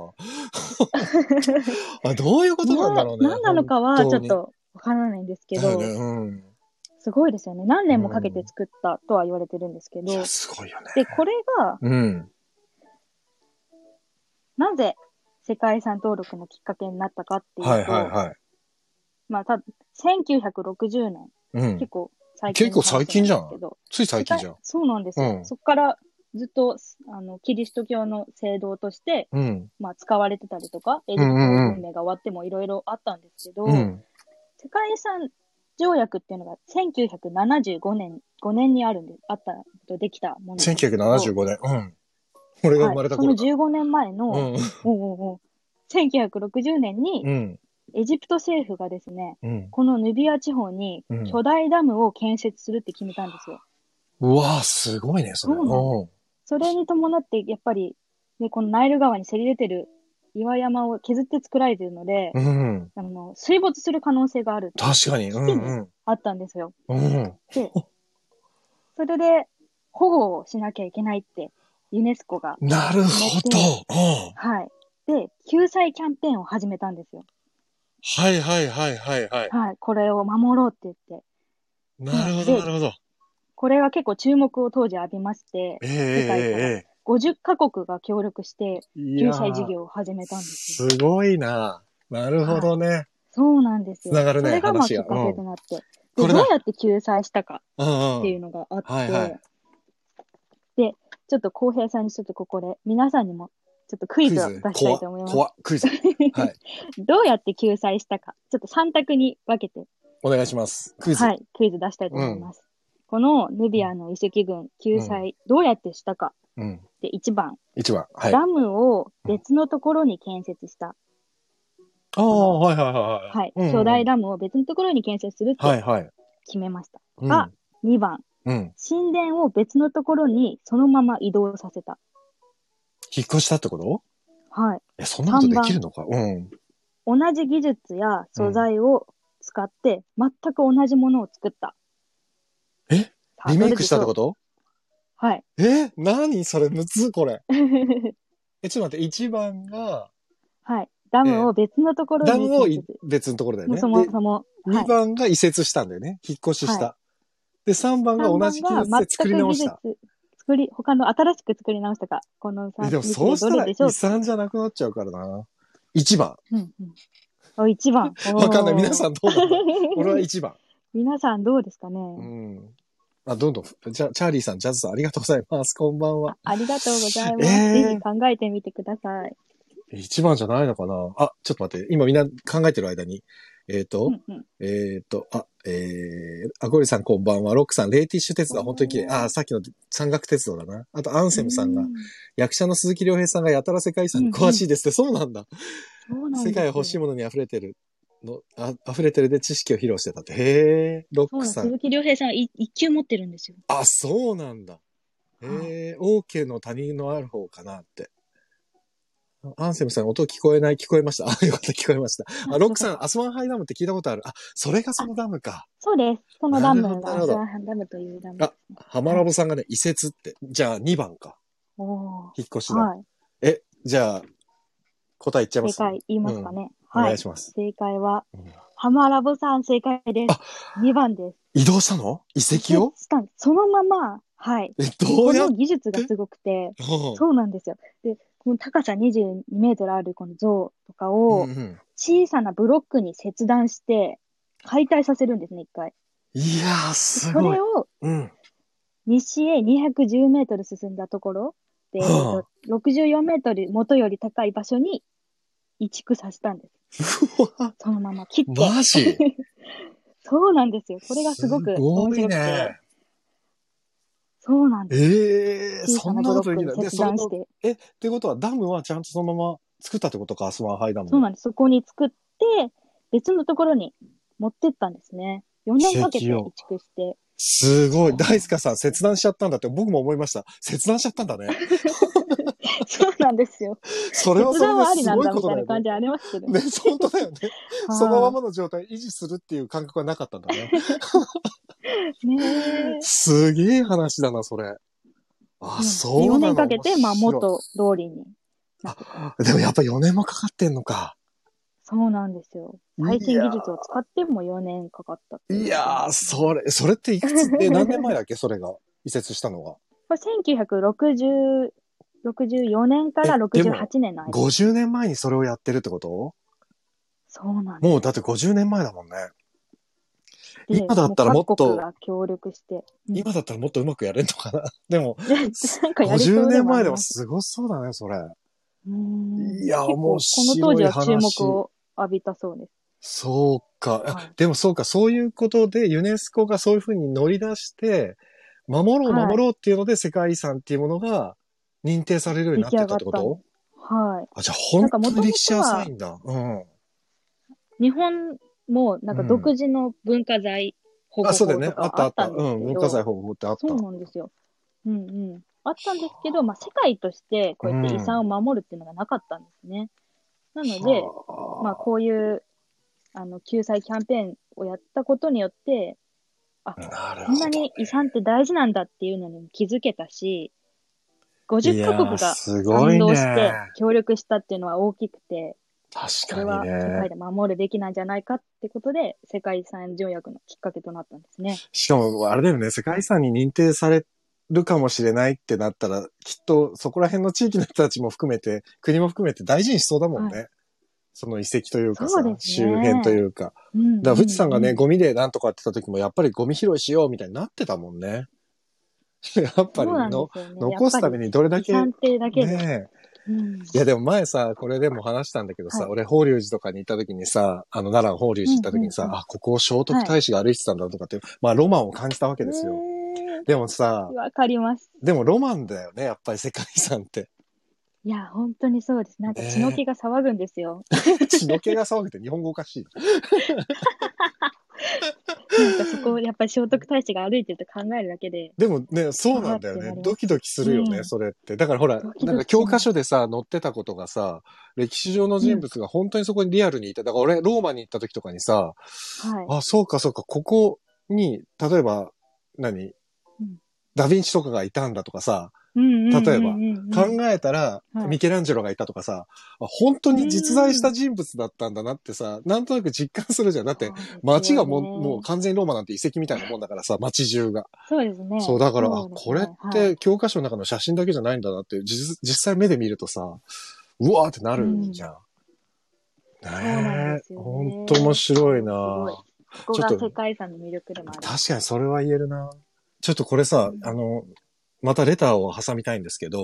Speaker 1: あ、どういうことなんだろうね。
Speaker 2: な何なのかはちょ
Speaker 1: 本当
Speaker 2: っ
Speaker 1: に
Speaker 2: とわからないんですけ
Speaker 1: だよ
Speaker 2: ど、
Speaker 1: ね、うん。
Speaker 2: すごいですよね。何年もかけて作ったとは言われてるんですけど、
Speaker 1: いや、すごいよね。
Speaker 2: で、これが
Speaker 1: うん。
Speaker 2: なぜ世界遺産登録のきっかけになったかっていうと、
Speaker 1: はいはいはい。
Speaker 2: まあ、た1960年、
Speaker 1: うん
Speaker 2: 結。構最近の話なんですけど。
Speaker 1: 結構最近じゃんつい最近じゃん
Speaker 2: 世界。そうなんですよ。
Speaker 1: うん
Speaker 2: そこからずっとあのキリスト教の聖堂として、
Speaker 1: うん。
Speaker 2: まあ、使われてたりとか、エジプトの文明が終わってもいろいろあったんですけど、
Speaker 1: うん。
Speaker 2: 世界遺産条約っていうのが1975年、5年にあるんで、あったとできたものなんですけど。
Speaker 1: 1975年。うん。俺が生まれた頃
Speaker 2: はいそ
Speaker 1: だ。
Speaker 2: の15年前の、
Speaker 1: うん。
Speaker 2: おうおうおう1960年に
Speaker 1: うん。
Speaker 2: エジプト政府がですね、
Speaker 1: うん。
Speaker 2: このヌビア地方に
Speaker 1: うん
Speaker 2: 巨大ダムを建設するって決めたんですよ。
Speaker 1: うわぁ、すごいね、それ。
Speaker 2: そうなそれに伴って、やっぱり、ね、このナイル川にせり出てる岩山を削って作られてるので、
Speaker 1: うん。うん。
Speaker 2: あの水没する可能性がある、
Speaker 1: 確かに。うん
Speaker 2: あったんですよ。
Speaker 1: うん。うん。
Speaker 2: それで保護をしなきゃいけないって、ユネスコが
Speaker 1: なるほど。うん。
Speaker 2: はい。で、救済キャンペーンを始めたんですよ。
Speaker 1: はいはいはいはいはい。
Speaker 2: はい。これを守ろうって言って。
Speaker 1: なるほど、なるほど。
Speaker 2: これが結構注目を当時浴びまして、
Speaker 1: えええええ
Speaker 2: 50カ国が協力して
Speaker 1: え。い
Speaker 2: 救
Speaker 1: や
Speaker 2: 済事
Speaker 1: ー
Speaker 2: 業を始めたんです
Speaker 1: す
Speaker 2: よ。
Speaker 1: ごいな。なるほどね。
Speaker 2: そうなんですよ。
Speaker 1: つながるね
Speaker 2: それがまあき
Speaker 1: 話
Speaker 2: っ
Speaker 1: が
Speaker 2: かけとなって。
Speaker 1: こ
Speaker 2: で、
Speaker 1: れ
Speaker 2: どう
Speaker 1: だ
Speaker 2: やって救済したか
Speaker 1: うんうん。
Speaker 2: っていうのがあって、
Speaker 1: はいはい
Speaker 2: で、ちょっと浩平さんにちょっとここで皆さんにもちょっとクイズを出したいと思います。
Speaker 1: 怖っクイ ズ。はい。
Speaker 2: どうやって救済したか、ちょっと3択に分けて
Speaker 1: お願いします。クイズ。。
Speaker 2: はいい、クイズ出したいと思います。このヌビアの遺跡群救済、どうやってしたか
Speaker 1: うん。
Speaker 2: で1番、
Speaker 1: 一番。はい。あ
Speaker 2: ダムを別のところに建設した。
Speaker 1: あー、はいはいはい。
Speaker 2: はい、
Speaker 1: うん
Speaker 2: 巨大ダムを別のところに建設する
Speaker 1: は
Speaker 2: と
Speaker 1: いはい。
Speaker 2: 決めました。
Speaker 1: うん
Speaker 2: が、2番、
Speaker 1: うん。
Speaker 2: 神殿を別のところにそのまま移動させた。
Speaker 1: 引っ越したってこと
Speaker 2: はい、
Speaker 1: え、そんなことできるのかうん。
Speaker 2: 同じ技術や素材を使って全く同じものを作った。
Speaker 1: えリメイクしたってことと
Speaker 2: はい。
Speaker 1: え何それ、むずこれ。え、ちょっと待って、1番が、
Speaker 2: はい。ダムを別のところに
Speaker 1: ダ
Speaker 2: 建設、
Speaker 1: ムをい別のところだよ
Speaker 2: もう
Speaker 1: ね。
Speaker 2: そも
Speaker 1: で
Speaker 2: そも、はい
Speaker 1: 2番が移設したんだよね。引っ越しした。で、3番が同じ技術で作り直した。。
Speaker 2: 作り、他の新しく作り直したか。この
Speaker 1: え
Speaker 2: 3
Speaker 1: でもそうしたら
Speaker 2: で
Speaker 1: 遺
Speaker 2: しょう。
Speaker 1: 産じゃなくなっちゃうからな。1番。
Speaker 2: うんうん、お、1番。
Speaker 1: わかんない。皆さ
Speaker 2: ん。
Speaker 1: んどうだろう俺は1番。
Speaker 2: 皆さんどうですかね、
Speaker 1: うん。あ、どんどん。じゃ、チャーリーさん、ジャズさん、ありがとうございます。こんばんは。
Speaker 2: ありがとうございます、
Speaker 1: えー
Speaker 2: ぜひ考えてみてください。
Speaker 1: 1番じゃないのかなあ、ちょっと待って。今みんな考えてる間に。えっ、と、
Speaker 2: うんうん、
Speaker 1: えっ、と、あ、えー、アゴリさんこんばんは。ロックさん、レーティッシュ鉄道、本当に綺麗。あ、さっきの山岳鉄道だな。あと、アンセムさんが、役者の鈴木亮平さんがやたら世界遺産に詳しいですって、そうなんだ。
Speaker 2: そうなんです
Speaker 1: 世
Speaker 2: よ
Speaker 1: 界は欲しいものに溢れてるの、あ溢れてるで知識を披露してたって。へえ、ロッ
Speaker 2: そ
Speaker 1: ク
Speaker 2: うなんです
Speaker 1: さん。
Speaker 2: 鈴木亮平さんい一級持ってるんですよ。
Speaker 1: あ、そうなんだ。へえ、オーケーの谷のある方かなって。アンセムさん、音聞こえない、聞こえました。あ、よかった、聞こえました。あ、ロックさん、アスワンハイダムって聞いたことある。あ、それがそのダムか。
Speaker 2: そうです。そのダム
Speaker 1: なるほどなる
Speaker 2: が、ア
Speaker 1: ほど
Speaker 2: スワンハンダムというダムですね。
Speaker 1: ハマラボさんがね、移設って。じゃあ、2番か。
Speaker 2: お
Speaker 1: 引っ越し
Speaker 2: ー
Speaker 1: だ。
Speaker 2: はい。
Speaker 1: え、じゃあ、答え言っちゃいま
Speaker 2: 正
Speaker 1: す。
Speaker 2: 解言いますかね。
Speaker 1: お
Speaker 2: は
Speaker 1: 願
Speaker 2: い
Speaker 1: い。します。
Speaker 2: 正解は
Speaker 1: うん、
Speaker 2: ハマラボさん正解です。2番です。
Speaker 1: 移動したの遺跡を
Speaker 2: したんそのまま、はい。
Speaker 1: え、ど
Speaker 2: こ
Speaker 1: うやっ
Speaker 2: の技術がすごくて、
Speaker 1: うん
Speaker 2: そうなんですよ。で、この高さ22メートルあるこの像とかを
Speaker 1: うんうん
Speaker 2: 小さなブロックに切断して解体させるんですね、一回。
Speaker 1: いやー、す
Speaker 2: そ
Speaker 1: ごい
Speaker 2: れ。を
Speaker 1: うん。
Speaker 2: 西へ210メートル進んだところで、えっ
Speaker 1: は
Speaker 2: と64メートル元より高い場所に移築させたんです。
Speaker 1: うわ
Speaker 2: そのまま切って。
Speaker 1: マジ
Speaker 2: そうなんですよ。これがすごく
Speaker 1: す
Speaker 2: 面
Speaker 1: ご
Speaker 2: 白
Speaker 1: い
Speaker 2: くて。
Speaker 1: ね。
Speaker 2: そうなんです。
Speaker 1: ええー、
Speaker 2: 小
Speaker 1: そ
Speaker 2: さ
Speaker 1: ん
Speaker 2: な
Speaker 1: な
Speaker 2: ブロ
Speaker 1: ことでき
Speaker 2: ッ
Speaker 1: な
Speaker 2: ク
Speaker 1: い。で、
Speaker 2: に切
Speaker 1: そ
Speaker 2: 断
Speaker 1: の
Speaker 2: して。
Speaker 1: え、ってことはダムはちゃんとそのまま作ったってことか、アスワンハイダム。
Speaker 2: そうなんです。そこに作って、別のところに持ってったんですね。4年かけて
Speaker 1: 奇
Speaker 2: 移
Speaker 1: 跡を
Speaker 2: 築して。
Speaker 1: すごい。大塚さん、切断しちゃったんだって僕も思いました。切断しちゃったんだね。
Speaker 2: そうなんですよ。
Speaker 1: それは
Speaker 2: 決
Speaker 1: それ
Speaker 2: 断
Speaker 1: で
Speaker 2: はあり
Speaker 1: す
Speaker 2: なん
Speaker 1: ごい
Speaker 2: だ
Speaker 1: こ
Speaker 2: み
Speaker 1: と
Speaker 2: た
Speaker 1: だよね。
Speaker 2: いな感じありますけど
Speaker 1: ね、
Speaker 2: ね。
Speaker 1: 本当だよね。
Speaker 2: は い
Speaker 1: そのままの状態維持するっていう感覚はなかったんだね。
Speaker 2: ねえ
Speaker 1: すげえ話だな、それ。あ、そうな
Speaker 2: 4
Speaker 1: の
Speaker 2: 年かけて、まあ、
Speaker 1: 面白い
Speaker 2: 元通りになってた。
Speaker 1: でもやっぱ4年もかかってんのか。
Speaker 2: そうなんですよ。最新技術を使っても4年かかったってう
Speaker 1: いやー、それ、それっていくつ、 え、何年前だっけそれが、移設したのが。
Speaker 2: これ1960 64年から
Speaker 1: えでも
Speaker 2: 68年の間。
Speaker 1: 50年前にそれをやってるってこと
Speaker 2: そうなんです。
Speaker 1: もうだって50年前だもんね。
Speaker 2: で
Speaker 1: 今だったらもっと
Speaker 2: う各国が協力して。 うん
Speaker 1: 今だったらもっとうまくやれんのかな。でも、
Speaker 2: なんかやりそう
Speaker 1: 50年前で
Speaker 2: ありま
Speaker 1: も
Speaker 2: す
Speaker 1: すごそうだね、それ。
Speaker 2: うん
Speaker 1: いや、
Speaker 2: 結構
Speaker 1: 面
Speaker 2: この当
Speaker 1: 白
Speaker 2: 時
Speaker 1: い
Speaker 2: は注
Speaker 1: 話。
Speaker 2: 目を浴びたそうです。
Speaker 1: そうか。あ
Speaker 2: はい
Speaker 1: でもそうか、そういうことでユネスコがそういうふうに乗り出して、守ろう
Speaker 2: はい
Speaker 1: 守ろうっていうので世界遺産っていうものが認定されるようになってたってこ
Speaker 2: 出来上が
Speaker 1: と
Speaker 2: は
Speaker 1: あ、じゃあ本当に歴史浅いんだ。うん。
Speaker 2: い。日本もなんか独自の文化財保護
Speaker 1: あ、
Speaker 2: 法
Speaker 1: そう
Speaker 2: と
Speaker 1: だよね。
Speaker 2: か
Speaker 1: あった
Speaker 2: あ
Speaker 1: あ
Speaker 2: っ
Speaker 1: った。
Speaker 2: た
Speaker 1: うん
Speaker 2: ですけど、
Speaker 1: ん。文化財保護法ってあった。
Speaker 2: そうなんですよ。うんうん。あったんですけど、まあ、世界としてこうやって遺産を守るっていうのがなかったんですね。なので、
Speaker 1: はあ
Speaker 2: まあ、こういうあの救済キャンペーンをやったことによって、
Speaker 1: なる
Speaker 2: こ
Speaker 1: ほ
Speaker 2: ん
Speaker 1: ど
Speaker 2: なに遺産って大事なんだっていうのにも気づけたし、50カ国
Speaker 1: いやー
Speaker 2: が
Speaker 1: すご
Speaker 2: 賛
Speaker 1: い
Speaker 2: 同して
Speaker 1: ね。
Speaker 2: 協力したっていうのは大きくて、それ
Speaker 1: 確
Speaker 2: は
Speaker 1: かに
Speaker 2: 世界
Speaker 1: ね。
Speaker 2: で守るべきなんじゃないかってことで、世界遺産条約のきっかけとなったんですね。
Speaker 1: しかも、あれだよね。世界遺産に認定されるかもしれないってなったら、きっとそこら辺の地域の人たちも含めて、国も含めて大事にしそうだもんね。その遺跡というかさ、
Speaker 2: そうですね
Speaker 1: 周辺というか。
Speaker 2: うん、
Speaker 1: だから富士山がね、
Speaker 2: うん
Speaker 1: ゴミでなんとかって言った時も、やっぱりゴミ拾いしようみたいになってたもんね。 やっぱり
Speaker 2: そうなん
Speaker 1: の、
Speaker 2: ですよね
Speaker 1: 残すため
Speaker 2: に
Speaker 1: にどれだけ、
Speaker 2: 遺産
Speaker 1: ね
Speaker 2: ってだけで、
Speaker 1: え、
Speaker 2: う
Speaker 1: い
Speaker 2: ん
Speaker 1: やでも前さ、これでも話したんだけどさ、
Speaker 2: はい
Speaker 1: 俺、法隆寺とかに行った時にさ、あの、奈良法隆寺行った時にさ、
Speaker 2: うんうんうん
Speaker 1: あ、ここを聖徳太子が歩いてたんだとかって、まあロマンを感じたわけですよ。
Speaker 2: ね
Speaker 1: でもさ
Speaker 2: え、わかります。
Speaker 1: でもロマンだよね、やっぱり世界遺産って。
Speaker 2: いや、本当にそうです。なんか血の気が騒ぐんで すよ。
Speaker 1: 血の気が騒ぐって日本語おかしい。
Speaker 2: なんかそこ、やっぱり聖徳太子が歩いてると考えるだけで、
Speaker 1: でもね、そうなんだよね
Speaker 2: わかって。なります
Speaker 1: ドキドキするよね、
Speaker 2: うん
Speaker 1: それって。だからほら
Speaker 2: ドキドキ、する
Speaker 1: なんか教科書でさ、載ってたことがさ、歴史上の人物が本当にそこにリアルにいた。だから俺、ローマに行った時とかにさ、
Speaker 2: はい。
Speaker 1: あ、そうかそうか、ここに、例えば、何、
Speaker 2: うん
Speaker 1: ダヴィンチとかがいたんだとかさ、
Speaker 2: 例
Speaker 1: 例えば考えたら、
Speaker 2: はい
Speaker 1: ミケランジェロがいたとかさ、あ本当に実在した人物だったんだなってさ、なんとなく実感するじゃん。だって、街がもうもう完全にローマなんて遺跡みたいなもんだからさ、街中が。
Speaker 2: そうですね。
Speaker 1: そう、だから、
Speaker 2: そ
Speaker 1: あ
Speaker 2: うですね
Speaker 1: これっ
Speaker 2: はい
Speaker 1: て教科書の中の写真だけじゃないんだなって、実実際目で見るとさ、うわーってなるじゃん。
Speaker 2: そうな
Speaker 1: ね
Speaker 2: んで
Speaker 1: え、
Speaker 2: すよね
Speaker 1: ほんと面白いな
Speaker 2: すごいここ
Speaker 1: ちょ
Speaker 2: が
Speaker 1: っと
Speaker 2: 世界遺産の魅力でもある。
Speaker 1: 確かにそれは言えるな。ちょっとこれさ
Speaker 2: う、ん
Speaker 1: あの、またレターを挟みたいんですけど、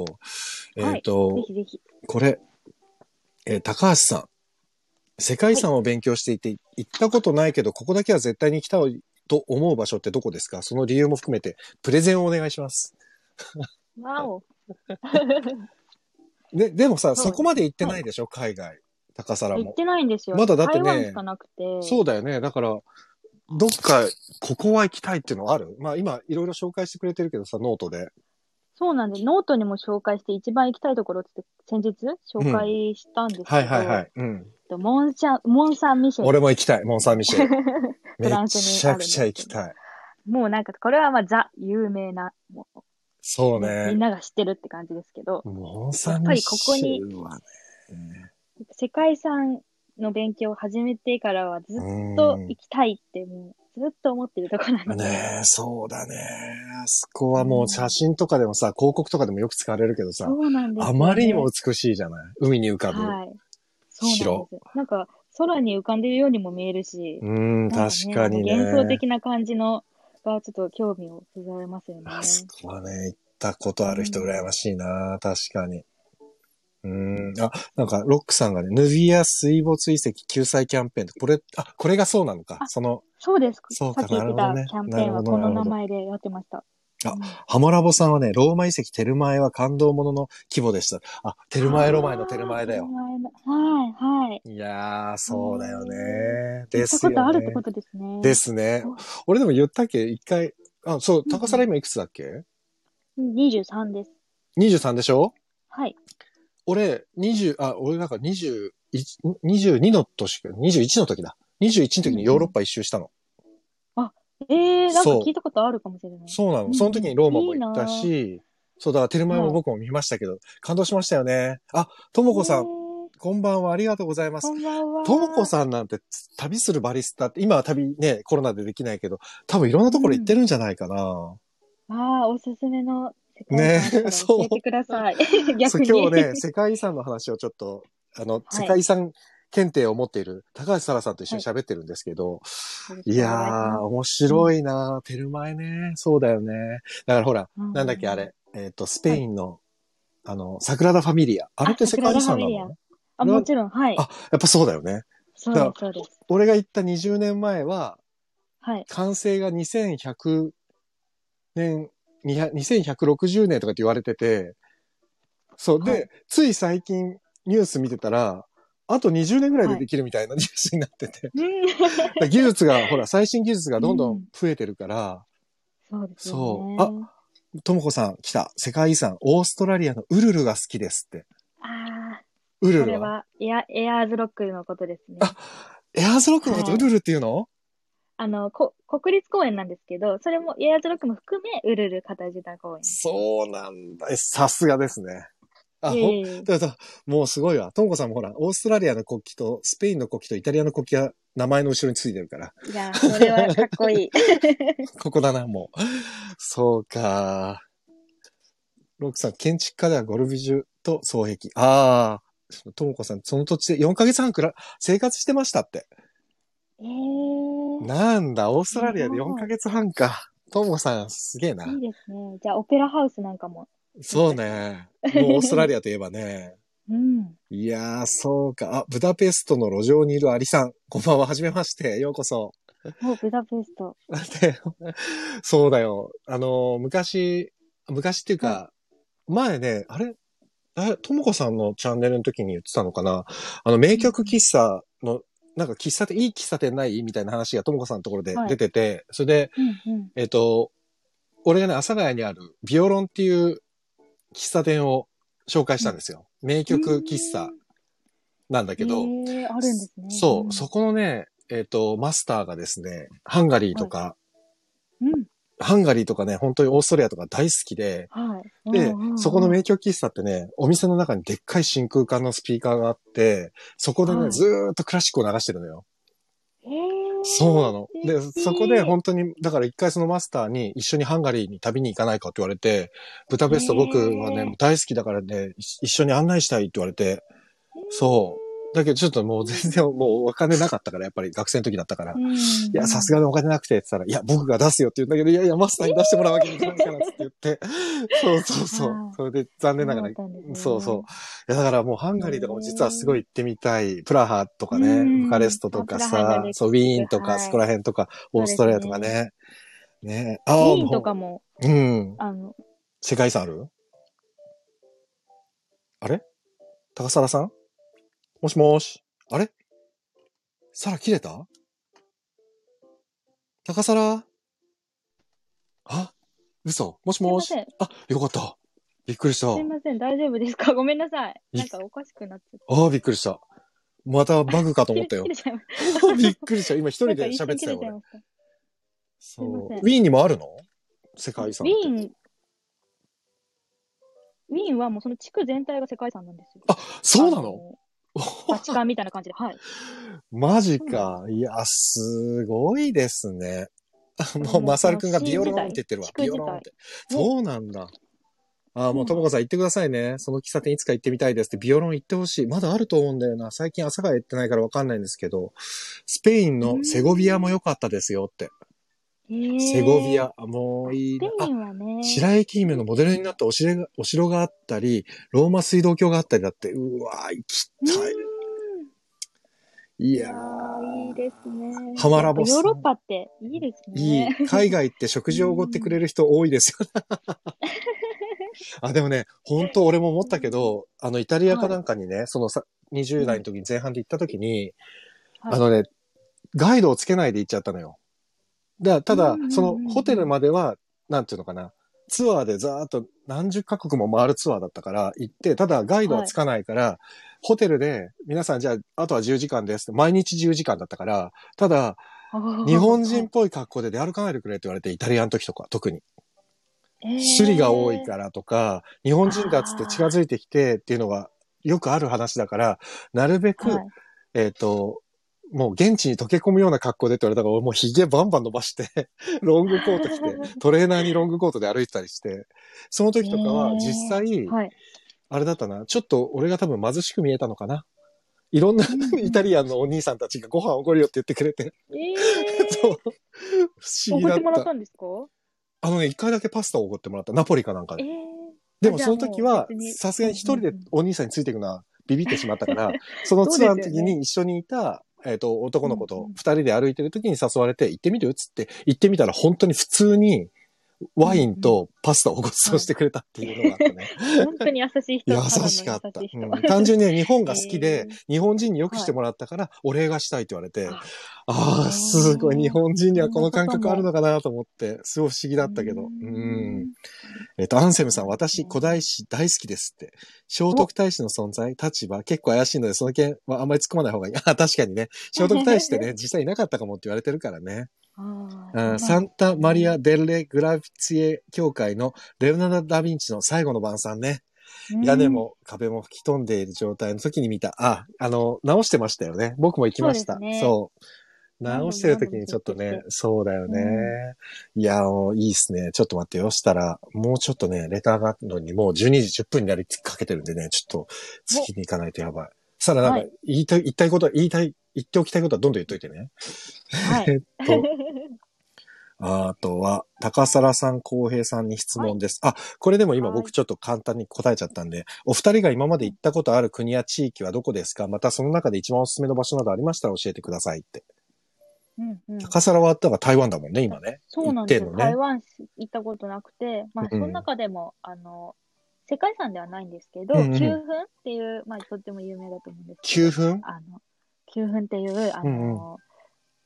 Speaker 2: はい
Speaker 1: えっ、と、
Speaker 2: ぜひぜひ。
Speaker 1: これ、えー高橋さん。世界遺産を勉強していて、行ったことないけど、ここだけは絶対に来たいと思う場所ってどこですかその理由も含めて、プレゼンをお願いします。
Speaker 2: わ お。
Speaker 1: で、でもさ、
Speaker 2: そう
Speaker 1: そこまで行ってないでしょ、海外。高皿
Speaker 2: 行っ
Speaker 1: も。
Speaker 2: てないんですよ。
Speaker 1: まだだってね
Speaker 2: 台湾しかなくて。
Speaker 1: そうだよね。だから、どっか、ここは行きたいっていうのあるまあ今、いろいろ紹介してくれてるけどさ、ノートで。
Speaker 2: そうなんで、ノートにも紹介して一番行きたいところって先日紹介したんですけど、
Speaker 1: はいはいはい。うん。
Speaker 2: えっとモンシャン、モンサンミシェル。
Speaker 1: 俺も行きたい、モン・サン・ミシェル。め
Speaker 2: フランスに
Speaker 1: ちゃくちゃ行きたい。
Speaker 2: もうなんか、これはまあザ、有名な、も
Speaker 1: そう
Speaker 2: う、
Speaker 1: ね
Speaker 2: みん。なが知ってるって感じですけど、
Speaker 1: モン・サン・ミシェルはね。
Speaker 2: 世界遺産の勉強を始めてからはずっ
Speaker 1: うん
Speaker 2: と行きたいって、もう、ずっと思ってるところなんで。
Speaker 1: ねえ、そうだね。あそこはもう写真とかでもさ、広告とかでもよく使われるけど
Speaker 2: そ
Speaker 1: さ、
Speaker 2: うなんですよ
Speaker 1: あ
Speaker 2: ね
Speaker 1: まりにも美しいじゃない海に浮かぶ。
Speaker 2: はい。そうなんです。なんか、空に浮かんでるようにも見えるし、
Speaker 1: うん、
Speaker 2: なん
Speaker 1: 確かにね。
Speaker 2: あの幻想的な感じのが、ちょっと興味をそそられますよね。
Speaker 1: あそこはね、行ったことある人羨ましいな、確かに。うん。あ、なんか、ロックさんがね、ヌビア水没遺跡救済キャンペーンってこれ、あ、これがそうなのか。
Speaker 2: あ
Speaker 1: その、
Speaker 2: そうです。
Speaker 1: そう
Speaker 2: さ
Speaker 1: か
Speaker 2: っき言ってたキャンペーンはこの名前でやってました。
Speaker 1: あハモラボさんはね、ローマ遺跡テルマエは感動ものの規模でした。あ、テルマエロマエのテルマエだよ
Speaker 2: テ。ルマエのはい、はい。
Speaker 1: いやー、そうだよね。
Speaker 2: 行
Speaker 1: で
Speaker 2: った
Speaker 1: す
Speaker 2: こ
Speaker 1: よね。
Speaker 2: とあるってことですね。
Speaker 1: ですね。俺でも言ったっけ一回。あ、そう、高皿今いくつだっけ
Speaker 2: 23です。
Speaker 1: ?23 でしょ
Speaker 2: はい。
Speaker 1: 俺、20、あ、俺なんか21、22の年か、21の時だ。21の時にヨーロッパ一周したの。
Speaker 2: ええー、なんか
Speaker 1: そう
Speaker 2: 聞いたことあるかもしれない。
Speaker 1: そうな
Speaker 2: う
Speaker 1: の。
Speaker 2: ん
Speaker 1: その時にローマも行ったし、そう、だからテルマエも僕も見ましたけど、感動しましたよね。あ、ともこさ
Speaker 2: えー
Speaker 1: ん、こんばんは、ありがとうございます
Speaker 2: こ。んばんは。
Speaker 1: ともこさんなんて旅するバリスタって、今は旅ね、コロナでできないけど、多分いろんなところ行ってるんじゃないかな。
Speaker 2: ああ、おすすめの世
Speaker 1: ね
Speaker 2: 界観とか教えてくだ さい。逆
Speaker 1: そう
Speaker 2: に。
Speaker 1: 今日ね、世界遺産の話をちょっと、あの、
Speaker 2: い
Speaker 1: 世界遺産検定を持っている高橋沙羅さんと一緒に喋ってるんですけど、い、やー、面白いなー、テルマエね。そうだよね。だからほら、
Speaker 2: うん
Speaker 1: なんだっけあれ、えっ、と、スペインの、あの、サグラダ・ファミリア。あれって世界遺産なの
Speaker 2: あサグラダファミリアあ、もちろん、はい
Speaker 1: あ。やっぱそうだよね。
Speaker 2: そうです、そうです。
Speaker 1: 俺が行った20年前は、
Speaker 2: はい。
Speaker 1: 完成が2100年、200 2160年とかって言われてて、そう。で、
Speaker 2: はい
Speaker 1: つい最近ニュース見てたら、あと20年ぐらいでできるみたいなニュースになって て。だから技術が、ほら、最新技術がどんどん増えてるから、
Speaker 2: そうですよね。
Speaker 1: そうともこさん来た。世界遺産、オーストラリアのウルルが好きですって。
Speaker 2: ああ、
Speaker 1: ウル
Speaker 2: こ
Speaker 1: ル
Speaker 2: れ
Speaker 1: は。
Speaker 2: はエア、エアーズロックのことですね。
Speaker 1: あエアーズロックのこと、
Speaker 2: はい
Speaker 1: ウルルっていうの
Speaker 2: あの、こ、国立公園なんですけど、それも、エアーズロックも含め、ウルル片舌公園。
Speaker 1: そうなんだ。えさすがですね。あ、ほん
Speaker 2: ええ
Speaker 1: だからもうすごいわ。ともこさんもほら、オーストラリアの国旗とスペインの国旗とイタリアの国旗が名前の後ろについてるから。
Speaker 2: いや、それはかっこい い。
Speaker 1: ここだな、もう。そうか。ロックさん、建築家ではゴルビジュと双璧。ああ。ともこさん、その土地で4ヶ月半くら、生活してましたって。
Speaker 2: ええ
Speaker 1: なんだ、オーストラリアで4ヶ月半か。ともさん、すげえな。
Speaker 2: いいですね。じゃあ、オペラハウスなんかも。
Speaker 1: そうね。もうオーストラリアといえばね。
Speaker 2: うん。
Speaker 1: いやー、そうか。あ、ブダペストの路上にいるアリさん。こんばんは、はじめまして。ようこそ。
Speaker 2: もう、ブダペスト。
Speaker 1: で そうだよ。あの、昔、昔っていうか、前ね、あれあれともこさんのチャンネルの時に言ってたのかなあの、名曲喫茶の、なんか喫茶店、いい喫茶店ないみたいな話がともこさんのところで出てて、それで、
Speaker 2: うんうん。
Speaker 1: えっと、俺がね、阿佐ヶ谷にあるビオロンっていう喫茶店を紹介したんですよ。名曲喫茶なんだけど、
Speaker 2: ええあるんですね。
Speaker 1: そう、そこのね、えっと、マスターがですね、ハンガリーとか、
Speaker 2: うん。うん。
Speaker 1: ハンガリーとかね、本当にオーストリアとか大好きで、
Speaker 2: はい。
Speaker 1: で
Speaker 2: うんうんう、ん
Speaker 1: そこの名曲喫茶ってね、お店の中にでっかい真空管のスピーカーがあって、そこで
Speaker 2: は
Speaker 1: ね、
Speaker 2: い
Speaker 1: ずーっとクラシックを流してるのよ。
Speaker 2: ええ
Speaker 1: そうなの。で、
Speaker 2: 素敵
Speaker 1: そこで本当に、だから一回そのマスターに一緒にハンガリーに旅に行かないかって言われて、ブダペスト
Speaker 2: へー
Speaker 1: 僕はね、大好きだからね、一一緒に案内したいって言われて、そう。だけどちょっともう全然もうお金なかったから、やっぱり学生の時だったから。い
Speaker 2: うん。い
Speaker 1: や、さす
Speaker 2: が。
Speaker 1: がにお金なくてって言ったら、いや、僕が出すよって言うんだけど、いやいや、マスターに出してもらうわけにいかないからって言 って、そうそうそ
Speaker 2: は
Speaker 1: う
Speaker 2: い。
Speaker 1: それで残念ながら、そうそう。いや、だからもうハンガリーとかも実はすごい行ってみたい。プラハとかね、
Speaker 2: うん
Speaker 1: ブカレストとか
Speaker 2: あプラハ
Speaker 1: さ
Speaker 2: がで、きて
Speaker 1: そう、ウィーンとか、
Speaker 2: はい
Speaker 1: そこら辺とか、オーストラリアとかね。ねあ
Speaker 2: ウ
Speaker 1: あ、
Speaker 2: ィーンとか
Speaker 1: も
Speaker 2: も、
Speaker 1: う。うん。
Speaker 2: あの、
Speaker 1: 世界遺産あるあれ高皿さんもしもし。あれ皿切れた高皿あ嘘もしもし
Speaker 2: すいません。
Speaker 1: あ、よかった。びっくりした。
Speaker 2: すいません、大丈夫ですか ごめんなさい。
Speaker 1: い
Speaker 2: なんかおかしくなっちゃって。
Speaker 1: ああ、びっくりした。またバグかと思ったよ
Speaker 2: 切。れちゃいました。
Speaker 1: びっくりした。今一人で
Speaker 2: なんか
Speaker 1: 喋って
Speaker 2: 一瞬切
Speaker 1: た
Speaker 2: れ
Speaker 1: よ、
Speaker 2: ちゃい
Speaker 1: 俺。
Speaker 2: ました
Speaker 1: そう
Speaker 2: すいません
Speaker 1: ウィーンにもあるの世界遺
Speaker 2: ウ
Speaker 1: 産って。
Speaker 2: ィーン、ウィーンはもうその地区全体が世界遺産なんですよ。
Speaker 1: あ、そうなの
Speaker 2: あのバチカンみたいな感じで、はい。
Speaker 1: マジか。いや、すごいですね。あもう、まさるくんがビオロンって言ってるわ
Speaker 2: 地。区
Speaker 1: ビ
Speaker 2: 自
Speaker 1: オ
Speaker 2: 体
Speaker 1: ロンって。
Speaker 2: 地区自体
Speaker 1: そうなんだ。あーもう、ともこさん行ってくださいね。その喫茶店いつか行ってみたいですって、ビオロン行ってほしい。まだあると思うんだよな。最近朝が行ってないからわかんないんですけど、スペインのセゴビアも良かったですよって。セゴビア、もういい
Speaker 2: スペ
Speaker 1: な。あ
Speaker 2: インはね、
Speaker 1: 白雪姫のモデルになったお城がお城があったり、ローマ水道橋があったりだって、うわー行きたい。い
Speaker 2: い
Speaker 1: や
Speaker 2: いいですね。
Speaker 1: ハマラボス
Speaker 2: ヨーロッパっていいです
Speaker 1: ー、い
Speaker 2: ね。
Speaker 1: い。海外行って食事をおごってくれる人多いですよ。 あ、でもね、本当俺も思ったけど、あの、イタリアかなんかにね、そのさ、20代の時に前半で行った時に、
Speaker 2: はい
Speaker 1: あのね、ガイドをつけないで行っちゃったのよ。だただ
Speaker 2: うんうんうんう、ん
Speaker 1: そのホテルまでは、なんていうのかな、ツアーでざーっと何十カ国も回るツアーだったから行って、ただガイドはつかないから、ホテルで皆さんじゃあ、あとは10時間ですって毎日10時間だったから、ただ、日本人っぽい格好で出歩かないでくれって言われて、イタリアの時とか特に。種類が多いからとか、日本人だっつって近づいてきてっていうのがよくある話だから、なるべく、
Speaker 2: らはい、
Speaker 1: えっ、と、もう現地に溶け込むような格好でって言われたから、俺もう髭バンバン伸ばして、 ロングコート着て、 トレーナーにロングコートで歩いてたりして、その時とかは
Speaker 2: へー
Speaker 1: 実際、
Speaker 2: はい。
Speaker 1: あれだったな、ちょっと俺が多分貧しく見えたのかな。いろんな
Speaker 2: うん
Speaker 1: イタリアンのお兄さんたちがご飯おごるよって言ってくれて、
Speaker 2: え
Speaker 1: そう
Speaker 2: ー、
Speaker 1: 不思
Speaker 2: お
Speaker 1: 議
Speaker 2: ごっ
Speaker 1: だって。
Speaker 2: もらったたんですか
Speaker 1: あのね、一回だけパスタをおごってもらった。ナポリかなんか
Speaker 2: え
Speaker 1: で。
Speaker 2: ー、
Speaker 1: でもその時は
Speaker 2: じゃあもう別に、
Speaker 1: さすがに一人で
Speaker 2: うんうんうん
Speaker 1: お兄さんについていくのはビビってしまった から、そのツアーの時に一緒にいた、えっ、と、男の子
Speaker 2: うんう
Speaker 1: と
Speaker 2: ん
Speaker 1: 二人で歩いてる時に誘われて、行ってみるっつって、行ってみたら本当に普通に、ワインとパスタをご馳走してくれたっていうのがあった ね。
Speaker 2: 本当に優しい人。
Speaker 1: 優しかった
Speaker 2: ただの優しい。人
Speaker 1: うん単純にね日本が好き
Speaker 2: へ
Speaker 1: で
Speaker 2: ー、
Speaker 1: 日本人によくしてもらったから、お礼がしたいって言われて
Speaker 2: あ、
Speaker 1: ああ、すごい、
Speaker 2: へー
Speaker 1: 日本人にはこの感
Speaker 2: そんなこ
Speaker 1: 覚
Speaker 2: とも
Speaker 1: あるのかなと思って、すごい不思議だったけど。うんえっと、アンセムさん、私、古代史大好きですって。聖徳太子の存在、立場、結構怪しいので、その件はあんまり突っ込まない方 がいい。あ、確かにね。聖徳太子って ね、実際いなかったかもって言われてるからね。
Speaker 2: あ
Speaker 1: う
Speaker 2: ー
Speaker 1: ん、サンタ・マリア・デルレ・グラフィツィエ教会のレオナルド・ダ・ヴィンチの最後の晩餐ね。屋根。も壁も吹き飛んでいる状態の時に見た。あ、あの、直してましたよね。僕も行きました。そ,、
Speaker 2: そううですね
Speaker 1: 直してる時にちょっと
Speaker 2: 何度
Speaker 1: ね
Speaker 2: も何度も、
Speaker 1: そうだよね。いや、もういいっすね。ちょっと待ってよ。したら、もうちょっとね、レターがあるのに、もう12時10分になりかけてるんでね、ちょっと、次に行かないとやばい。さら、なんか
Speaker 2: はい、
Speaker 1: 言いたい、言いたいことは、言いたい、言っておきたいことはどんどん言っといてね。
Speaker 2: はい。
Speaker 1: えっと、あとは、高皿さん、浩平さんに質問です。あ、これでも今
Speaker 2: は
Speaker 1: 僕
Speaker 2: い
Speaker 1: ちょっと簡単に答えちゃったんで、お二人が今まで行ったことある国や地域はどこですかまたその中で一番おすすめの場所などありましたら教えてくださいって。
Speaker 2: うんうん
Speaker 1: 高皿はあったが台湾だもんね、今ね。
Speaker 2: そうなんです
Speaker 1: 行ってんの
Speaker 2: よ。
Speaker 1: ね
Speaker 2: 台湾行ったことなくて、まあ、
Speaker 1: うん
Speaker 2: その中でも、あの、世界遺産ではないんですけど、
Speaker 1: う
Speaker 2: 九
Speaker 1: んうん
Speaker 2: 分っていう、まあ、とっても有名だと思うんですけど、
Speaker 1: 9分
Speaker 2: あの、九分っていう、あの、
Speaker 1: うん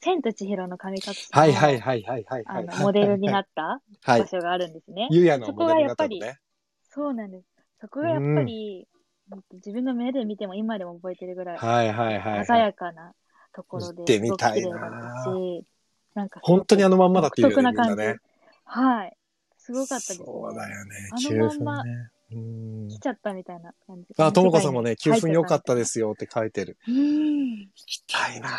Speaker 2: 千と千尋の神隠しの
Speaker 1: はいはいはいはいはいは
Speaker 2: あ
Speaker 1: い。
Speaker 2: の、モデルになった
Speaker 1: は
Speaker 2: 場
Speaker 1: い。
Speaker 2: 所があるんですね。
Speaker 1: ゆうやのモデルになったの
Speaker 2: そこは
Speaker 1: ね。
Speaker 2: そうなんです。そこがやっぱり、自分の目で見ても今でも覚えてるぐらい、
Speaker 1: はいはいはい
Speaker 2: 鮮
Speaker 1: はい。
Speaker 2: やかなところで、
Speaker 1: 行ってみたいな
Speaker 2: すごく綺麗だったし、なんか、
Speaker 1: 本当にあのまんまだっていう
Speaker 2: 独特な
Speaker 1: みん
Speaker 2: 感
Speaker 1: な
Speaker 2: じ
Speaker 1: ね。
Speaker 2: はい。すごかったです、ね。
Speaker 1: そうだよね。
Speaker 2: あ
Speaker 1: 9
Speaker 2: のまんま
Speaker 1: 分ね。うん
Speaker 2: 来ちゃったみたいな感じ。。
Speaker 1: あ、ともこさんもね、9分良かったですすよって書いてる。
Speaker 2: うん。
Speaker 1: 行きたいなぁ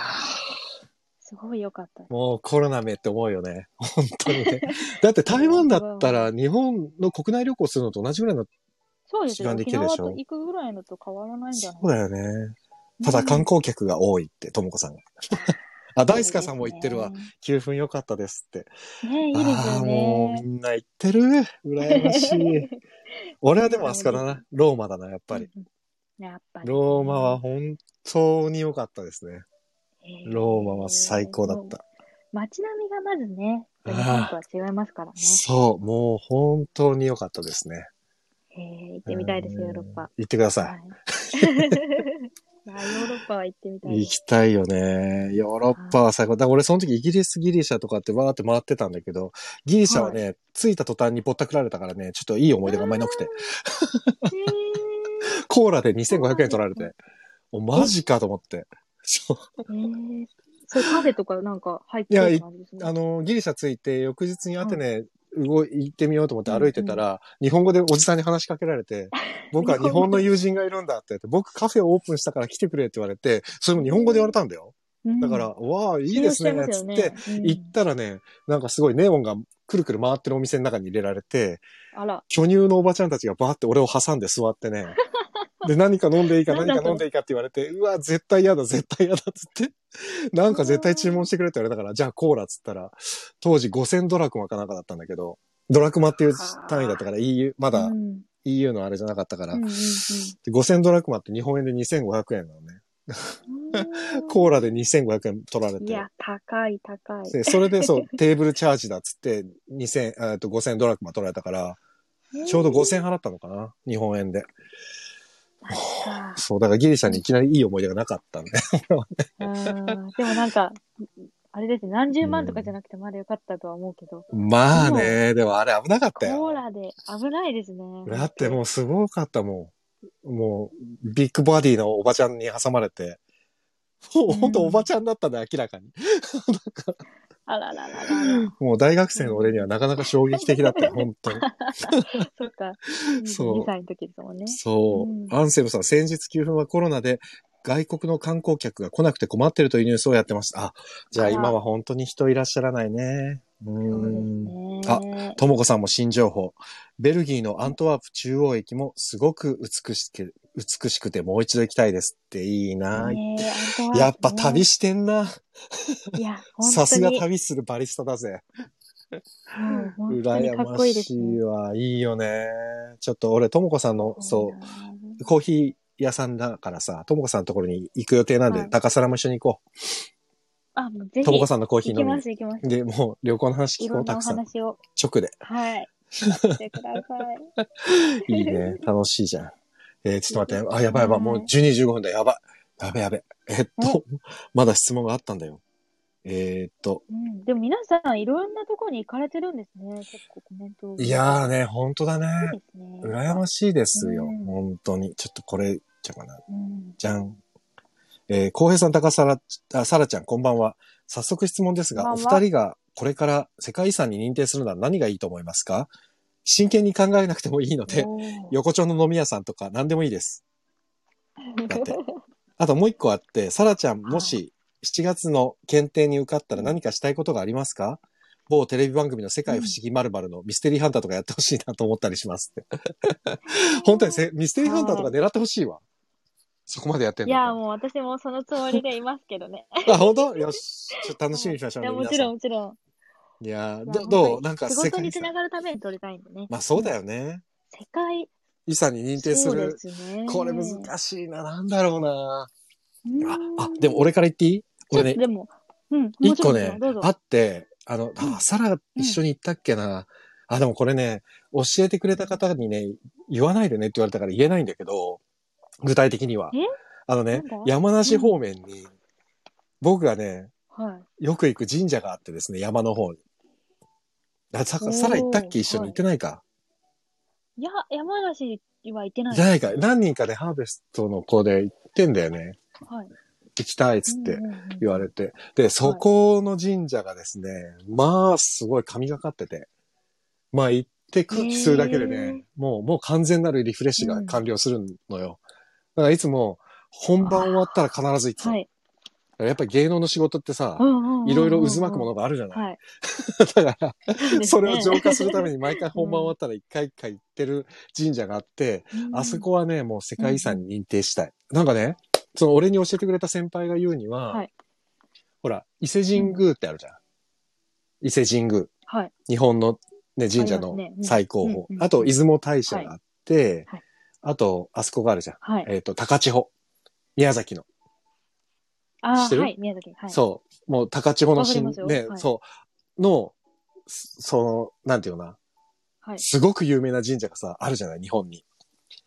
Speaker 2: すごい良かった。
Speaker 1: もうコロナめって思うよね。本当に ね。だって台湾だったら日本の国内旅行するのと同じぐらいの。
Speaker 2: そうです
Speaker 1: 時
Speaker 2: よ。
Speaker 1: 間で
Speaker 2: 沖
Speaker 1: きるで
Speaker 2: 縄
Speaker 1: しょ
Speaker 2: と行くぐらいのと変わらないんじ
Speaker 1: そ
Speaker 2: ゃないう
Speaker 1: だよね。
Speaker 2: うん
Speaker 1: ただ観光客が多いって、ともこさ んが。あ、大塚さんも言ってるわ。
Speaker 2: ね
Speaker 1: 9分良かったですって。
Speaker 2: ねいいです
Speaker 1: あ
Speaker 2: よ
Speaker 1: あ、もう
Speaker 2: ね。
Speaker 1: みんな行ってる。羨まし い。俺はでもあそこだな。ローマだな、やっぱり。
Speaker 2: うんうん。 やっぱり。
Speaker 1: ローマは、本当に良かったですね。ローマは最高だっ。た。
Speaker 2: 街並みがまずね、
Speaker 1: あ
Speaker 2: 日
Speaker 1: ー
Speaker 2: 本とは違いますからね。
Speaker 1: そう、もう本当に良かったですね。
Speaker 2: えー行ってみたいです、
Speaker 1: うん
Speaker 2: ヨーロッパ。
Speaker 1: 行ってください
Speaker 2: は。い。いやヨーロッパは行ってみたいで
Speaker 1: 行
Speaker 2: す。
Speaker 1: きたいよね。ヨーロッパは最高。だから俺その時イギリス、ギリシャとかってわーって回ってたんだけど、ギリシャはね、着いた途端にぼったくられたからね、ちょっといい思い出があんまりな くて。
Speaker 2: え
Speaker 1: コーラで2500円取られ て。お、マジかと思って。そう。
Speaker 2: ーえーそれカフェとかなんか入って
Speaker 1: いやい
Speaker 2: る感じですね。
Speaker 1: あの、ギリシャ着いて、翌日にアテネ、動い行ってみようと思って歩いてたら、日本語でおじさんに話しかけられ て、僕は日本の友人がいるんだって言って、僕カフェをオープンしたから来てくれって言われて、それも日本語で言われたんだよ。
Speaker 2: うん
Speaker 1: だから、、わあ、いいですね、つって、行っ
Speaker 2: った
Speaker 1: らね、なんかすごいネオンがくるくる回ってるお店の中に入れられて、
Speaker 2: あら、
Speaker 1: 巨乳のおばちゃんたちがバーって俺を挟んで座って ね、で、何か飲んでいいか、
Speaker 2: なん
Speaker 1: 何
Speaker 2: だ
Speaker 1: か飲んでいいかって言われて、うわ、絶対嫌だ、絶対嫌だっつって、なんか絶対注文してくれって言われたから、じゃあコーラっつったら、当時5000ドラクマかなんかだったんだけど、ドラクマっていう単位だったから EU、まだ
Speaker 2: うん
Speaker 1: EU のあれじゃなかったから
Speaker 2: うん、うんうん
Speaker 1: 5000ドラクマって日本円で2500円なのね。コーラで2500円取られ
Speaker 2: い
Speaker 1: て。
Speaker 2: や、高い、高い。
Speaker 1: で、それで そう、テーブルチャージだっつって、2000、えっと、5000ドラクマ取られたから、ちょうど5000払ったのかな日本円で。
Speaker 2: か
Speaker 1: そう、だからギリシャにいきなりいい思い出がなかったんで。
Speaker 2: うんでもなんか、あれですね、何十万とかじゃなくてまだよかったとは思うけど、
Speaker 1: まあね、でもあれ危なかった
Speaker 2: コ
Speaker 1: よ。
Speaker 2: ーラで危ないですね。
Speaker 1: だってもうすごかったもん。もう、ビッグバディのおばちゃんに挟まれて、もうほんとおばちゃんだったね、明らかに。
Speaker 2: あららららら。
Speaker 1: もう大学生の俺にはなかなか衝撃的だった よ、本当に。
Speaker 2: そ っか。
Speaker 1: そう
Speaker 2: 2歳の時ですもんね。
Speaker 1: そうう。
Speaker 2: ん
Speaker 1: アンセムさん、先日給付はコロナで外国の観光客が来なくて困ってるというニュースをやってました。あ、じゃあ
Speaker 2: あら
Speaker 1: 今は本当に人いらっしゃらないね。うーん。
Speaker 2: そうですね。
Speaker 1: ともこさんも新情報。ベルギーのアントワープ中央駅もすごく美しく、美しくてもう一度行きたいですっていいな。
Speaker 2: ねえアントワープね
Speaker 1: やっぱ旅してんな。
Speaker 2: いや、
Speaker 1: さすが
Speaker 2: 本
Speaker 1: 旅するバリスタだぜ。
Speaker 2: 当にうん本当に
Speaker 1: 羨
Speaker 2: かっ
Speaker 1: ま
Speaker 2: こいいです
Speaker 1: し
Speaker 2: ね
Speaker 1: い。わ。いいよね。ちょっと俺、ともこさんの、そう、コーヒー屋さんだからさ、ともこさんのところに行く予定なんで、
Speaker 2: はい
Speaker 1: 高皿も一緒に行こ
Speaker 2: あ、もう
Speaker 1: う。
Speaker 2: ぜひ。
Speaker 1: ともこさんのコーヒー
Speaker 2: 行き
Speaker 1: 飲み
Speaker 2: ま
Speaker 1: に。
Speaker 2: す、行きます。
Speaker 1: で、もう旅行の話聞
Speaker 2: い
Speaker 1: こ
Speaker 2: ろ
Speaker 1: う、
Speaker 2: んな
Speaker 1: た
Speaker 2: お
Speaker 1: くさん。
Speaker 2: 話を。
Speaker 1: 直 で。
Speaker 2: はい。聞かせてください。
Speaker 1: いいね。楽しいじゃん。えー、ちょっと待って。あ、やばいやばい。もう12時15分だ。やばい。やべやべ。えっと、まだ質問があったんだよ。えーっと、
Speaker 2: うん、でも皆さん、いろんなとこに行かれてるんですね。結構コメントを。
Speaker 1: いやーね、本当だ
Speaker 2: そう
Speaker 1: ね。
Speaker 2: ですね。
Speaker 1: 羨ましいですよ。
Speaker 2: うん
Speaker 1: 本当に。ちょっとこれ、ちゃうかな。
Speaker 2: うん
Speaker 1: じゃん。えー、浩平さん、高さら、あ、さらちゃん、こんばんは。早速質問ですが、
Speaker 2: こ
Speaker 1: お
Speaker 2: んばんは
Speaker 1: 二人がこれから世界遺産に認定するのは何がいいと思いますか真剣に考えなくてもいいので、
Speaker 2: おー
Speaker 1: 横丁の飲み屋さんとか何でもいいです。だって。あともう一個あって、さらちゃん、もし7月の検定に受かったら何かしたいことがありますか某テレビ番組の世界不思議〇〇のミステリーハンターとかやってほしいなと思ったりしますって。本当にせミステリーハンターとか狙ってほしいわ。そこまでやってん
Speaker 2: い
Speaker 1: だから
Speaker 2: や、もう私もそのつもりでいますけ どね。
Speaker 1: あ、本当よし。ちょっと楽しみにしましょう
Speaker 2: い
Speaker 1: ね。
Speaker 2: や、も
Speaker 1: 皆
Speaker 2: ち
Speaker 1: さ
Speaker 2: ろん、
Speaker 1: ん。
Speaker 2: もちろん。
Speaker 1: いやー、
Speaker 2: まあ
Speaker 1: ど
Speaker 2: 本当
Speaker 1: どう
Speaker 2: に
Speaker 1: なんか
Speaker 2: 仕
Speaker 1: 世
Speaker 2: 事
Speaker 1: 界遺
Speaker 2: につな
Speaker 1: 産。
Speaker 2: がるために撮りたいんでね。
Speaker 1: まあそうだよね。
Speaker 2: 世界、
Speaker 1: 遺産に認定す
Speaker 2: そうで
Speaker 1: る。
Speaker 2: すね。
Speaker 1: これ難しいな。なんだろうな。
Speaker 2: うん
Speaker 1: あ、あ、でも、俺から言っていい
Speaker 2: ちょ
Speaker 1: 俺
Speaker 2: っと
Speaker 1: ね、
Speaker 2: でも、うん、も
Speaker 1: 一
Speaker 2: ちろ
Speaker 1: 個
Speaker 2: ん
Speaker 1: ね
Speaker 2: どうぞ、
Speaker 1: あって、あの、あ、サラ一緒に行ったっけな。あ、でもこれね、教えてくれた方にね、言わないでねって言われたから言えないんだけど、具体的には
Speaker 2: え。
Speaker 1: あのね
Speaker 2: なんだ、
Speaker 1: 山梨方面に、僕がね、
Speaker 2: はい。
Speaker 1: よく行く神社があってですね、山の方に。あ、さ、さら行ったっけ
Speaker 2: おー
Speaker 1: 一緒に
Speaker 2: はい
Speaker 1: 行ってないか。
Speaker 2: いや、山梨は行ってない
Speaker 1: じゃないか。何人かでハーベストの子で行ってんだよね。
Speaker 2: はい。
Speaker 1: 行きたいっつって
Speaker 2: うんうんうん
Speaker 1: 言われて。で、そこの神社がですね、まあ、すごい神がかってて。まあ、行って空気するだけで
Speaker 2: へ
Speaker 1: ね
Speaker 2: ー、
Speaker 1: もう、もう完全なるリフレッシュが完了するのよ。だからいつも、本番終わったら必ず行ってた。
Speaker 2: はい。
Speaker 1: だからやっぱり芸能の仕事ってさ、い
Speaker 2: い
Speaker 1: ろいろ渦巻くものがあるじゃない。
Speaker 2: はい。
Speaker 1: だから、 それを浄化するために毎回本番終わったら一回一回行ってる神社があって、
Speaker 2: に
Speaker 1: あそこはね、もう世界遺産に認定したい。なんかね、その俺に教えてくれた先輩が言うには、
Speaker 2: はい
Speaker 1: ほら、伊勢神宮ってあるじゃん。伊勢神宮。
Speaker 2: はい。
Speaker 1: 日本の、ね、神社
Speaker 2: あ
Speaker 1: の
Speaker 2: りますねうん
Speaker 1: 最高峰。あ,、
Speaker 2: うんうん
Speaker 1: と、出雲大社があって、
Speaker 2: はいはい
Speaker 1: あと、あそこがあるじゃん。
Speaker 2: はい。
Speaker 1: えっ、と、高千穂。宮崎の。
Speaker 2: あ
Speaker 1: 知って
Speaker 2: ー
Speaker 1: る
Speaker 2: はい。宮崎。はい。
Speaker 1: そう。もう、高千穂の
Speaker 2: わかり
Speaker 1: 神
Speaker 2: ます、よ
Speaker 1: ね、
Speaker 2: はい
Speaker 1: そう、の、すその、なんていうのかな、
Speaker 2: はい。
Speaker 1: すごく有名な神社がさ、あるじゃない、日本に。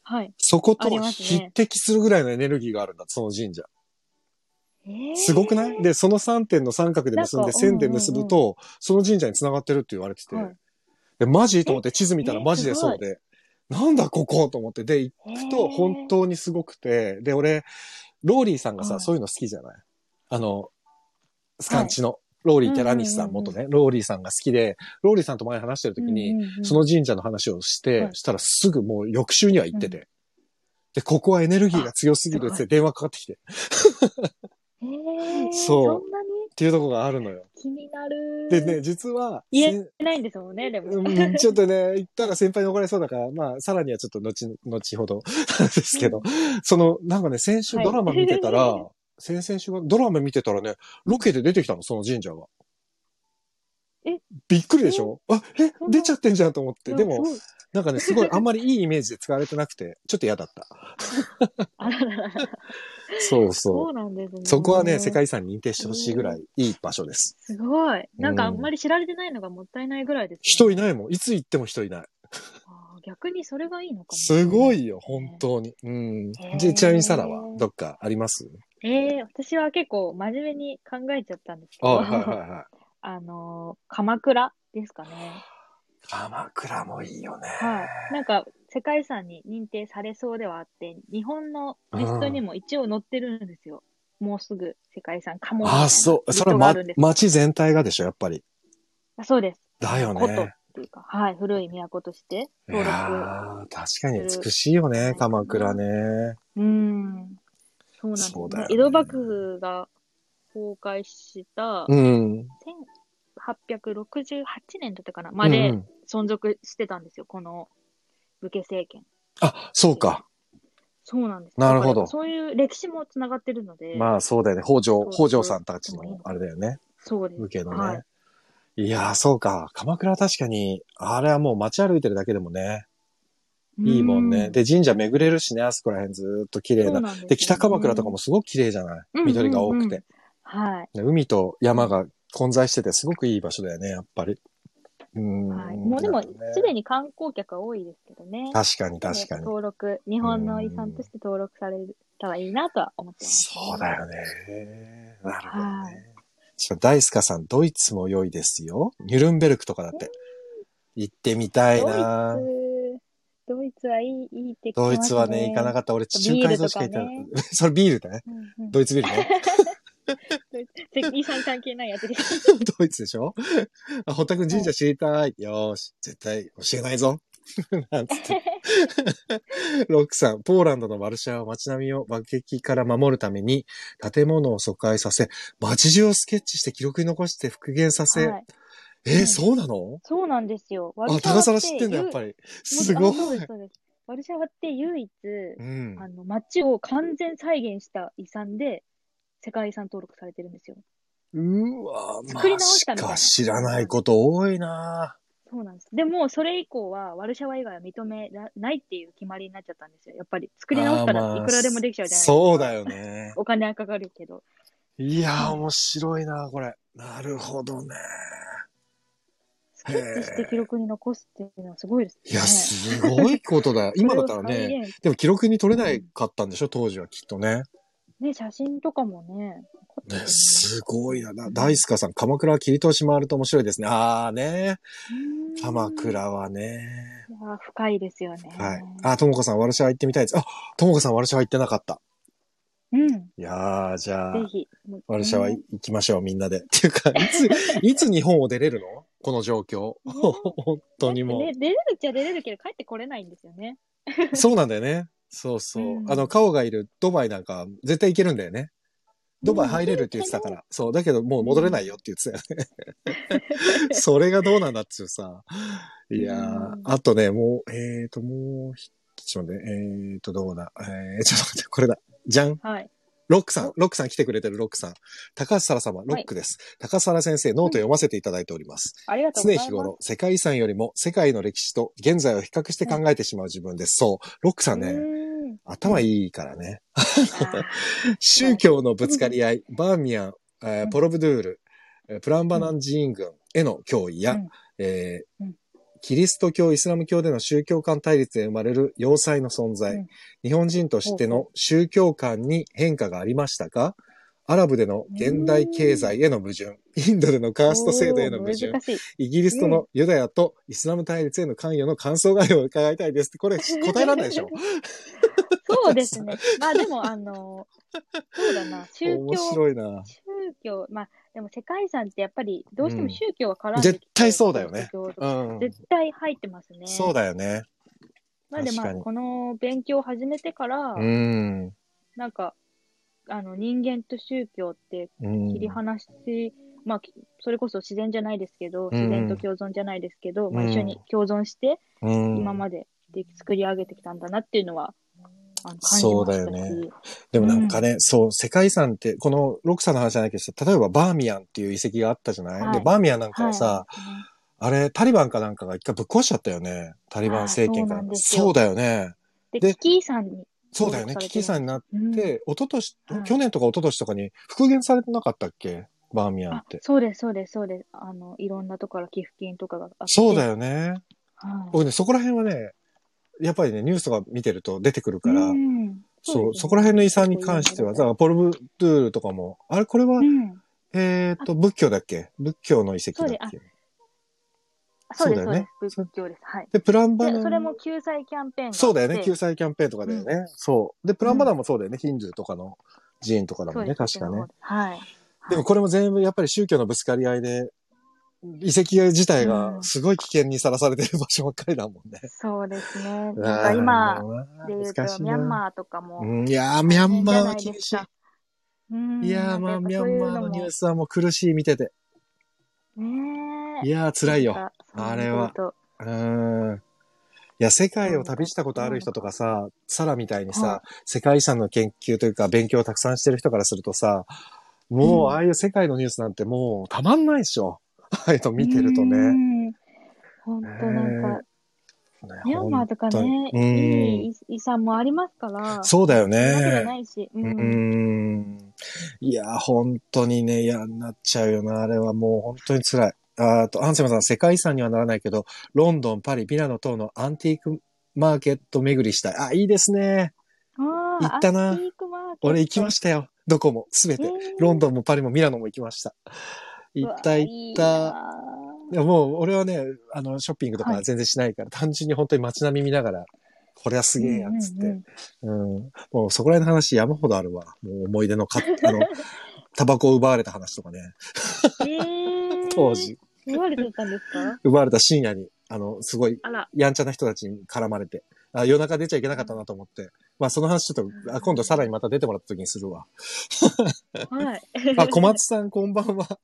Speaker 2: はい。
Speaker 1: そこと
Speaker 2: ありますね
Speaker 1: 匹敵するぐらいのエネルギーがあるんだ、その神社。
Speaker 2: えー
Speaker 1: すごくないで、その3点の三角で結ん
Speaker 2: なん
Speaker 1: で、
Speaker 2: か
Speaker 1: 線で結ぶと、その神社に繋がってるって言われてて、
Speaker 2: はい
Speaker 1: でマジと思って地図見たら
Speaker 2: え
Speaker 1: マジでそうで、なんだここと思って、で、行くと本当にすごくて、で、俺、ローリーさんがさ、
Speaker 2: はい
Speaker 1: そういうの好きじゃないあの、スカンチの、ローリー・寺西さん、
Speaker 2: うんうんうんう
Speaker 1: 元
Speaker 2: ん
Speaker 1: ね、ローリーさんが好きで、ローリーさんと前話してる時に、
Speaker 2: うんうんうん
Speaker 1: その神社の話をして、
Speaker 2: はい
Speaker 1: したらすぐもう翌週には行ってて、
Speaker 2: う
Speaker 1: で、ここはエネルギーが強すぎるっつって電話かかってきて、っ
Speaker 2: えー
Speaker 1: そう
Speaker 2: そんなに
Speaker 1: ていうとこがあるのよ。
Speaker 2: 気になる。
Speaker 1: でね、実は、
Speaker 2: 言
Speaker 1: せん
Speaker 2: えないんですもんね、でも。
Speaker 1: うんちょっとね、言ったら先輩に怒られそうだから、まあ、さらにはちょっと後、後ほどなんですけど、その、なんかね、先週
Speaker 2: はい
Speaker 1: ドラマ見てたら、 先々週はドラマ見てたらね、ロケで出てきたの、その神社が。
Speaker 2: え
Speaker 1: びっくりでしょあ、え
Speaker 2: そん、な
Speaker 1: 出ちゃってんじゃんと思って。で
Speaker 2: す
Speaker 1: も、
Speaker 2: ごい、
Speaker 1: なんかね、すごいあんまりいいイメージで使われてなくて、ちょっと嫌だった。
Speaker 2: あらららら
Speaker 1: そうそ。
Speaker 2: そううなんですね。
Speaker 1: そこはね、世界遺産認定してほしいぐらいいい場所です。
Speaker 2: すごい。なんか
Speaker 1: う
Speaker 2: あ
Speaker 1: ん
Speaker 2: んまり知られてないのがもったいないぐらいです、ね。
Speaker 1: 人いないもん。いつ行っても人いない。
Speaker 2: あー逆にそれがいいのかも。
Speaker 1: すごいよ、本当に。うん。
Speaker 2: へー
Speaker 1: じゃあ、ちなみにサラはどっかあります
Speaker 2: ええ私は結構真面目に考えちゃったんですけ
Speaker 1: あ
Speaker 2: ど、
Speaker 1: はいはいはい。
Speaker 2: あのー鎌倉ですかね。
Speaker 1: 鎌倉もいいよね。
Speaker 2: はい。なんか、世界遺産に認定されそうではあって、日本のリストにも一応載ってるんですよ。もうすぐ世界遺産かも。
Speaker 1: ああ、そう。それは、
Speaker 2: リストが
Speaker 1: ま
Speaker 2: あるんで、す
Speaker 1: 街全体がでしょ、やっぱり。
Speaker 2: あそうです。
Speaker 1: だよ
Speaker 2: 古都っ
Speaker 1: ね。
Speaker 2: ていうか、はい、古い都として
Speaker 1: い
Speaker 2: 登録。
Speaker 1: やー確かに美しいよね、鎌倉ね。
Speaker 2: うん。そうなんです
Speaker 1: そうだよね
Speaker 2: 江戸幕府が崩壊した
Speaker 1: うん。
Speaker 2: 1868年だったかな、まで、
Speaker 1: うんうん
Speaker 2: 存続してたんですよ、この武家政権。
Speaker 1: あ、そうか。
Speaker 2: そうなんです。
Speaker 1: なるほど
Speaker 2: だからそういう歴史もつながってるので、
Speaker 1: まあ、そうだよね。北条
Speaker 2: そ、う
Speaker 1: 北条さんたちの、あれだよね。
Speaker 2: そうです。
Speaker 1: 武家のね。、
Speaker 2: はい
Speaker 1: やー、そうか。鎌倉は確かに、あれはもう街歩いてるだけでもね、いいもんね。
Speaker 2: う
Speaker 1: で、神社巡れるしね、あそこら辺ずーっと綺麗
Speaker 2: そう
Speaker 1: な。
Speaker 2: なんですよ
Speaker 1: で、北鎌倉とかもすごく綺麗じゃない、
Speaker 2: うん
Speaker 1: 緑が多くて。
Speaker 2: うんうんはい。
Speaker 1: で海と山が混在してて、すごくいい場所だよね、やっぱり。うん。
Speaker 2: はい、もうでも、
Speaker 1: ね
Speaker 2: すでに観光客は多いですけどね。
Speaker 1: 確かに確か
Speaker 2: で
Speaker 1: に。
Speaker 2: 登録、日本の遺産として登録されたらいいなとは思ってます。
Speaker 1: そうだよね。なるほど
Speaker 2: はい
Speaker 1: ね。しかも、大塚さん、ドイツも良いですよ。ニュルンベルクとかだって。行ってみたいな
Speaker 2: ドイツ、ドイツはいい、いいって聞きます
Speaker 1: ドイツはね、行かな
Speaker 2: かっ
Speaker 1: かった。俺、地中海沿いしか行ってな
Speaker 2: ビー
Speaker 1: い
Speaker 2: ル。
Speaker 1: それビールだね。
Speaker 2: た。うんうん
Speaker 1: ドイツビールね。
Speaker 2: ドイツ遺産関係ないやつです。
Speaker 1: ドイツでしょあ、堀田くん神社知りたい。よーし、絶対教えないぞ。 なんつ って。ロックさん、ポーランドのワルシャワは街並みを爆撃から守るために、建物を疎開させ、街中をスケッチして記録に残して復元させ、
Speaker 2: はい、
Speaker 1: えー
Speaker 2: うん
Speaker 1: そうなの
Speaker 2: そうなんですよ。
Speaker 1: あ、高皿知ってんだ、やっぱり。すご
Speaker 2: あ
Speaker 1: い。
Speaker 2: そうです、そうです。ワルシャワって唯一、
Speaker 1: うん。
Speaker 2: あの、街を完全再現した遺産で、世界遺産登録されてるんですよ。
Speaker 1: うわぁ、
Speaker 2: 作り直した
Speaker 1: ま
Speaker 2: みたいな
Speaker 1: か知らないこと多いな
Speaker 2: そうなんです。でも、それ以降は、ワルシャワ以外は認めらないっていう決まりになっちゃったんですよ。やっぱり、作り直した
Speaker 1: あー
Speaker 2: ら
Speaker 1: まあ
Speaker 2: いくらでもできちゃうじゃないですか。
Speaker 1: そうだよね。
Speaker 2: お金はかかるけど。
Speaker 1: いやー、
Speaker 2: うん
Speaker 1: 面白いな、これ。なるほどね。
Speaker 2: スケッチして記録に残すっていうのはすごいですね。
Speaker 1: いや、すごいこと だよ。今だったら
Speaker 2: そ
Speaker 1: ね、
Speaker 2: れを再現
Speaker 1: でも記録に取れないかったんでしょ、当時はきっとね。
Speaker 2: ね、写真とかもね。残って
Speaker 1: ね
Speaker 2: るよね
Speaker 1: すごいな。だ大塚さん、鎌倉は切り通し回ると面白いですね。あーね。
Speaker 2: うん
Speaker 1: 鎌倉はね。
Speaker 2: いやー深いですよね。
Speaker 1: はい。あ、ともこさん、ワルシャワ行ってみたいです。あ、ともこさん、ワルシャワ行ってなかった。
Speaker 2: うん。
Speaker 1: いやー、じゃあ
Speaker 2: ぜ、ひ。もう
Speaker 1: ワルシャワ
Speaker 2: ね
Speaker 1: 行きましょう、みんなで。っていうか、いつ、いつ日本を出れるのこの状況。
Speaker 2: ね
Speaker 1: 本当にもう
Speaker 2: ね、。出れるっちゃ出れるけど、帰ってこれないんですよね。
Speaker 1: そうなんだよね。そうそう。
Speaker 2: うん
Speaker 1: あの、カオがいるドバイなんか、絶対行けるんだよね。ドバイ入れるって言ってたから。そう。だけど、もう戻れないよって言ってたよね。 それがどうなんだっつうさ。いやー
Speaker 2: うん
Speaker 1: あとね、もう、えーと、もうひ、ちょっと待って、えーと、どうだ。えー、ちょっと待って、これだ。じゃん。
Speaker 2: はい。
Speaker 1: ロックさん、ロックさん来てくれてるロックさん。高橋沙羅様、ロックです。高橋沙羅先生、ノート読ませていただいております。
Speaker 2: ありがとう
Speaker 1: 常
Speaker 2: ございま
Speaker 1: 日
Speaker 2: す。
Speaker 1: 頃、世界遺産よりも世界の歴史と現在を比較して考えてしまう自分です。そう。ロックさんね、
Speaker 2: うん
Speaker 1: 頭いいからね。
Speaker 2: あ
Speaker 1: 宗教のぶつかり合い、バーミヤン、えーポロブドゥール、えープランバナン寺院軍への脅威や、
Speaker 2: うん
Speaker 1: えー
Speaker 2: うん
Speaker 1: キリスト教、イスラム教での宗教間対立で生まれる要塞の存在、
Speaker 2: うん
Speaker 1: 日本人として
Speaker 2: ほう
Speaker 1: の宗教観に変化がありましたかアラブでの現代経済への矛盾、インドでのカ
Speaker 2: ー
Speaker 1: ースト制度への矛盾
Speaker 2: おー、難しい。
Speaker 1: イギリスとのユダヤとイスラム対立への関与の感想概要を伺いたいですって、これ答えられないでしょ
Speaker 2: そうですね。まあでも、あの、そうだな、宗
Speaker 1: 面
Speaker 2: 教、
Speaker 1: 白いな。
Speaker 2: 宗教、まあ、でも世界遺産ってやっぱりどうしても宗教が絡んできて、
Speaker 1: 絶対そうだよね
Speaker 2: 宗教と
Speaker 1: う
Speaker 2: か
Speaker 1: ん。
Speaker 2: 絶対入ってますね。
Speaker 1: そうだよね。
Speaker 2: なんでま
Speaker 1: 確
Speaker 2: あ、
Speaker 1: かに
Speaker 2: この勉強を始めてから、
Speaker 1: うん。
Speaker 2: なんか、あの、人間と宗教って
Speaker 1: うん
Speaker 2: 切り離し、まあ、きそれこそ自然じゃないですけど、
Speaker 1: うん
Speaker 2: 自然と共存じゃないですけど、まあ、
Speaker 1: うん
Speaker 2: 一緒に共存して、
Speaker 1: うん
Speaker 2: 今までで作り上げてきたんだなっていうのは、あの感じ
Speaker 1: そう
Speaker 2: ま
Speaker 1: だ
Speaker 2: し
Speaker 1: よ
Speaker 2: たし、
Speaker 1: ねでもなんかね、そう、世界遺産って、このロクさんの話じゃないけど、例えばバーミヤンっていう遺跡があったじゃない、
Speaker 2: はい
Speaker 1: で、バーミヤンなんか
Speaker 2: は。
Speaker 1: はいさ、あれ、タリバンかなんかが一回ぶっ壊しちゃったよね。タリバン政権から。
Speaker 2: あーそうなんですよ
Speaker 1: そうだよね。
Speaker 2: で、
Speaker 1: で
Speaker 2: 危機遺産に
Speaker 1: そうだよね。キキさんになっ
Speaker 2: うん
Speaker 1: て、一昨年、
Speaker 2: はい
Speaker 1: 去年とか一昨年とかに復元されてなかったっけバーミヤンっ
Speaker 2: あ
Speaker 1: て。
Speaker 2: そうです、そうです、そうです。あの、いろんなところから寄付金とかがあって。
Speaker 1: そうだ
Speaker 2: よ。
Speaker 1: よね。
Speaker 2: はい、
Speaker 1: 僕ね、そこら辺はね、やっぱりね、ニュースとか見てると出てくるから、
Speaker 2: うん
Speaker 1: そう、そこら辺の遺産に関しては、だからポルブドゥールとかも、あれ、これは、
Speaker 2: うん
Speaker 1: えっ、と、仏教だっけ仏教の遺跡だっ
Speaker 2: そう
Speaker 1: け
Speaker 2: そう
Speaker 1: そ
Speaker 2: です、そうう
Speaker 1: だよ
Speaker 2: で
Speaker 1: ね
Speaker 2: す。仏教です。はい。
Speaker 1: で、プランバナ
Speaker 2: で、それも救済キャンペーンがあって。
Speaker 1: そうだよね、救済キャンペーンとかだよね。そう。で、プランバナもそうだよね、ヒンドゥーとかの寺院とかだもんね、
Speaker 2: そうで
Speaker 1: 確
Speaker 2: す
Speaker 1: かね。。
Speaker 2: はい。
Speaker 1: でもこれも全部やっぱり宗教のぶつかり合いで、遺跡自体が
Speaker 2: うん
Speaker 1: すごい危険にさらされてる場所ばっかりだもんね。
Speaker 2: そうですね。なんか今で言うと、ミャ
Speaker 1: ー。
Speaker 2: ンマーとかも。
Speaker 1: うんいやー、ミャンマーは厳し
Speaker 2: じゃないうん
Speaker 1: い。いやー、まあ、ミャンマーのニュー
Speaker 2: ス。
Speaker 1: スはもう苦しい見てて。
Speaker 2: ねえ
Speaker 1: いやー、辛いよ。
Speaker 2: なんかそういう
Speaker 1: あれは
Speaker 2: こと
Speaker 1: うん。いや、世界を旅したことある人とかさ、サラみたいにさ
Speaker 2: は、
Speaker 1: 世界遺産の研究というか勉強をたくさんしてる人からするとさ、もう、
Speaker 2: うん
Speaker 1: ああいう世界のニュースなんてもうたまんないでしょ。 ああいうの見てるとね。
Speaker 2: うん本当なん
Speaker 1: ね
Speaker 2: か、ミャンマーとか
Speaker 1: 本
Speaker 2: ね、
Speaker 1: 当にうん
Speaker 2: いい遺産もありますから、
Speaker 1: そうだよね。
Speaker 2: そんなことないし、う。
Speaker 1: うんん。いや、本当にね、嫌になっちゃうよな。あれはもう本当に辛い。あと、アンセムさん、世界遺産にはならないけど、ロンドン、パリ、ミラノ等のアンティークマーケット巡りしたい。あ、いいですね。
Speaker 2: あー
Speaker 1: 行ったな
Speaker 2: アンティークマーケット
Speaker 1: 俺行きましたよ。どこも、すべて。ロンドンもパリもミラノも行きました。行った行っ
Speaker 2: う
Speaker 1: た。
Speaker 2: わ
Speaker 1: いやもう、俺はね、あの、ショッピングとか
Speaker 2: はい
Speaker 1: 全然しないから、単純に本当に街並み見ながら、これはす
Speaker 2: いい
Speaker 1: げえ
Speaker 2: な
Speaker 1: や、つって。
Speaker 2: うんうんうん
Speaker 1: うん。もうそこら辺の話山ほどあるわ。もう思い出のか、 あの、タバコを奪われた話とかね。
Speaker 2: えー
Speaker 1: 当。時。
Speaker 2: 言われてたんですか
Speaker 1: 奪われた深夜に、あの、すごい、
Speaker 2: あら。
Speaker 1: やんちゃな人たちに絡まれて。あ夜中出ちゃいけなかったなと思って。まあその話ちょっと、あ今度さらにまた出てもらった時にするわ。
Speaker 2: はい。
Speaker 1: あ、小松さんこんばんは。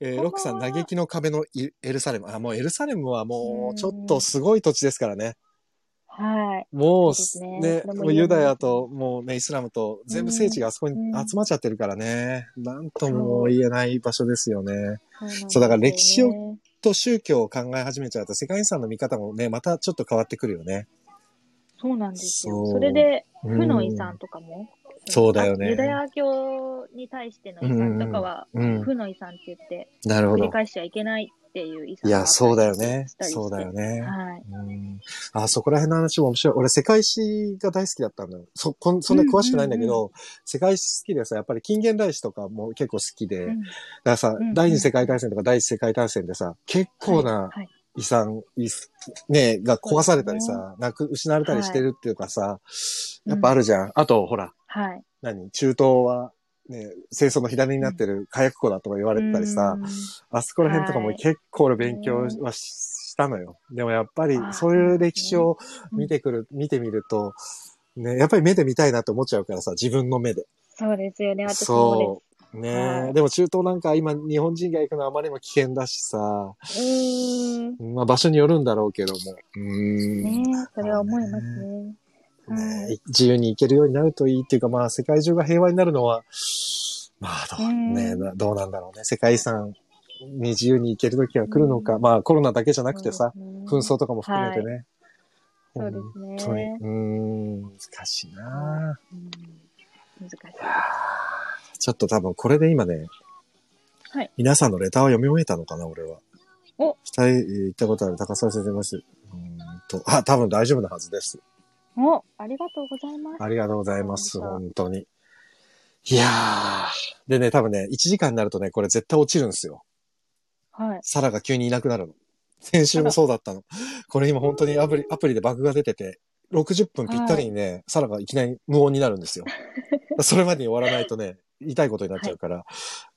Speaker 1: えー
Speaker 2: こんばんは
Speaker 1: ロックさん、嘆きの壁のイエルサレム。あ、もうエルサレムはも
Speaker 2: う
Speaker 1: うんちょっとすごい土地ですからね。
Speaker 2: はい。
Speaker 1: もう
Speaker 2: そうですね
Speaker 1: ね
Speaker 2: それも
Speaker 1: もうユダヤと、もうね、イスラムと、全部聖地があそこに
Speaker 2: うん
Speaker 1: 集まっちゃってるからね、なんとも言えない場所ですよね。
Speaker 2: そうなんですよね
Speaker 1: そうだから歴史を。と宗教を考え始めちゃうと、世界遺産の見方もね、またちょっと変わってくるよね。
Speaker 2: そうなんです
Speaker 1: そ
Speaker 2: よ。
Speaker 1: う
Speaker 2: それで、
Speaker 1: うん
Speaker 2: 負の遺産とかも。
Speaker 1: そうだよね
Speaker 2: あユダヤ教に対しての遺産とかは、
Speaker 1: うん。
Speaker 2: 負の遺産って言って、
Speaker 1: なるほ
Speaker 2: 繰
Speaker 1: ど
Speaker 2: り。返しちゃいけないっていう遺産
Speaker 1: い
Speaker 2: があ
Speaker 1: や、
Speaker 2: ったり
Speaker 1: そうだよね。
Speaker 2: したりして
Speaker 1: そうだよね。
Speaker 2: はい。
Speaker 1: うんあ、そこら辺の話も面白い。俺、世界史が大好きだったんだよ。そ、こん、そんな詳しくないんだけど、世界史好きでさ、やっぱり近現代史とかも結構好きで、
Speaker 2: うん
Speaker 1: だからさ、
Speaker 2: うんうん
Speaker 1: 第二次世界大戦とか第一次世界大戦でさ、結構な
Speaker 2: はい
Speaker 1: 遺産、いね、が壊されたりさ、なく、失われたりしてるっていうかさ、やっぱあるじゃん。あと、ほら、
Speaker 2: はい。
Speaker 1: 何、中東は、ね、戦争の火種になってる火薬庫だとか言われてたりさ、
Speaker 2: うん
Speaker 1: あそこら辺とかも
Speaker 2: はい
Speaker 1: 結構俺勉強はししたのよ。でもやっぱり
Speaker 2: あー
Speaker 1: そういう歴史を
Speaker 2: うん
Speaker 1: 見てくる、見てみると、ね、やっぱり目で見たいなって思っちゃうからさ、自分の目で。
Speaker 2: そうですよね、私
Speaker 1: そ
Speaker 2: も
Speaker 1: う。ね
Speaker 2: は
Speaker 1: え。
Speaker 2: い
Speaker 1: でも中東なんか今日本人が行くのはあまりにも危険だしさ、
Speaker 2: です。うーん。
Speaker 1: まあ場所によるんだろうけども。うーん。
Speaker 2: ねえ、それは思いますね。
Speaker 1: ね
Speaker 2: はい
Speaker 1: え自由に行けるようになるといいっていうか、まあ世界中が平和になるのは、まあどう,、
Speaker 2: うん
Speaker 1: ねえ、などうなんだろうね。世界遺産に自由に行ける時が来るのか、まあコロナだけじゃなくてさ、、紛
Speaker 2: 紛
Speaker 1: 争とかも含めてね。
Speaker 2: そうで
Speaker 1: 本
Speaker 2: す
Speaker 1: 当に
Speaker 2: ね。
Speaker 1: うーん、難しいな
Speaker 2: うん難しい。
Speaker 1: ちょっと多分これで今ね、
Speaker 2: はい
Speaker 1: 皆さんのレターを読み終えたのかな、俺は。
Speaker 2: お
Speaker 1: 二人えー行ったことある高沢先生います。うーんと、あ、多分大丈夫なはずです。
Speaker 2: お、ありがとうございます。
Speaker 1: ありがとうございます、
Speaker 2: 本当
Speaker 1: 本当に。いやー。でね、多分ね、1時間になるとね、これ絶対落ちるんですよ。
Speaker 2: はい。
Speaker 1: サラが急にいなくなるの。先週もそうだったの。 これ今本当にアプリ、アプリでバグが出てて、60分ぴったりにね、サラがいきなり無音になるんです よ。それまでに終わらないとね、痛いことになっちゃうから、